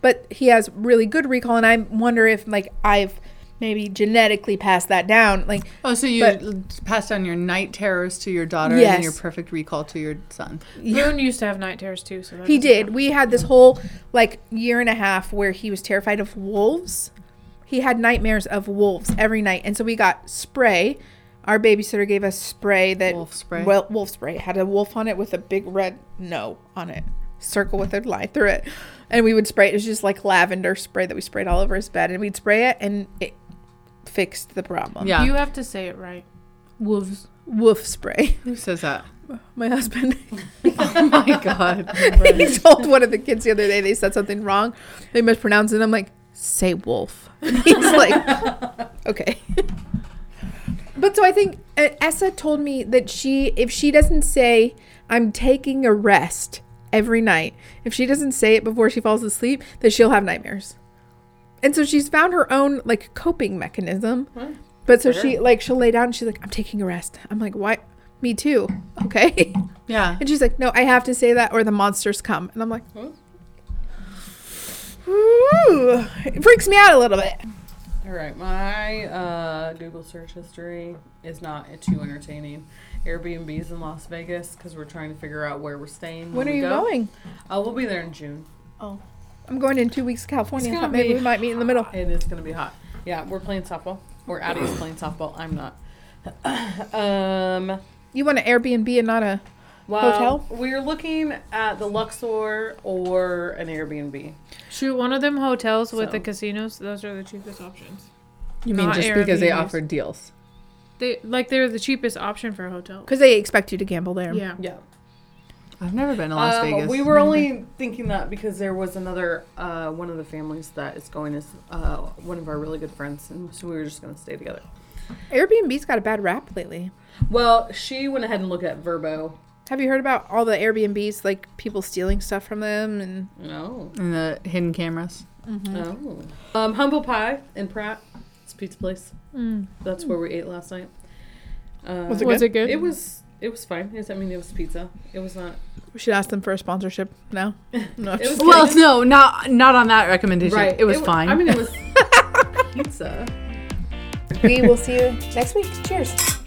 S1: but he has really good recall and I wonder if like I've maybe genetically passed that down. Like
S3: Oh, so you
S1: But-
S3: l- passed on your night terrors to your daughter
S1: Yes.
S3: and your perfect recall to your son.
S2: Boone used to have night terrors too, so that
S1: He
S2: doesn't
S1: did. We had this whole like year and a half where he was terrified of wolves. He had nightmares of wolves every night, and so we got spray. Our babysitter gave us spray that
S3: Wolf spray.
S1: Well, wolf spray It had a wolf on it with a big red no on it, circle with a line through it, and we would spray it. It was just like lavender spray that we sprayed all over his bed, and we'd spray it, and it fixed the problem.
S3: Yeah.
S2: You have to say it right.
S3: Wolves.
S1: Wolf spray.
S3: Who says that?
S1: My husband.
S3: oh my god.
S1: he told one of the kids the other day they said something wrong. They mispronounced it. I'm like, say wolf. And he's like, okay. But so I think uh, Essa told me that she, if she doesn't say, I'm taking a rest every night, if she doesn't say it before she falls asleep, that she'll have nightmares. And so she's found her own like coping mechanism. But so she like she'll lay down and she's like, I'm taking a rest. I'm like, why? Me too. Okay.
S3: Yeah.
S1: And she's like, no, I have to say that or the monsters come. And I'm like, ooh, it freaks me out a little bit.
S5: All right, my uh, Google search history is not too entertaining. Airbnbs in Las Vegas because we're trying to figure out where we're staying.
S1: When are
S5: we
S1: you
S5: go.
S1: going?
S5: Uh, we'll be there in June.
S1: I'm going in two weeks to California.
S5: It's
S1: I
S5: gonna
S1: thought maybe
S5: be
S1: we might meet in the middle.
S5: It is going to be hot. Yeah, we're playing softball. Or Addie's playing softball. I'm not. um,
S1: You want an Airbnb and not a.
S5: well,
S1: Hotel?
S5: We're looking at the Luxor or an Airbnb.
S2: Shoot, one of them hotels with the
S5: So-
S2: casinos. Those are the cheapest options.
S3: You mean
S2: Not
S3: just because they
S2: Airbnbs.
S3: offered deals?
S2: They like they're the cheapest option for a hotel.
S1: Because they expect you to gamble there.
S2: Yeah.
S5: Yeah.
S3: I've never been to Las
S5: Um,
S3: Vegas.
S5: We were only thinking that because there was another uh, one of the families that is going is uh, one of our really good friends, and so we were just going to stay together.
S1: Airbnb's got a bad rap lately.
S5: Well, she went ahead and looked at Verbo.
S1: Have you heard about all the Airbnbs, like people stealing stuff from them? And
S5: No,
S3: in the hidden cameras.
S1: Mm-hmm.
S5: no. Um, Humble Pie in Pratt. It's a pizza place. That's where we ate last night. Uh,
S1: Mm. Was it
S2: Was
S1: good?
S2: it good?
S5: It was. It was fine. It's- I mean, it was pizza. It was not.
S1: we should ask them for a sponsorship now. No.
S5: It was
S3: Well,
S5: good.
S3: no, not not on that recommendation. It was
S5: wa-
S3: fine.
S5: I mean, it was pizza.
S1: we will see you next week. Cheers.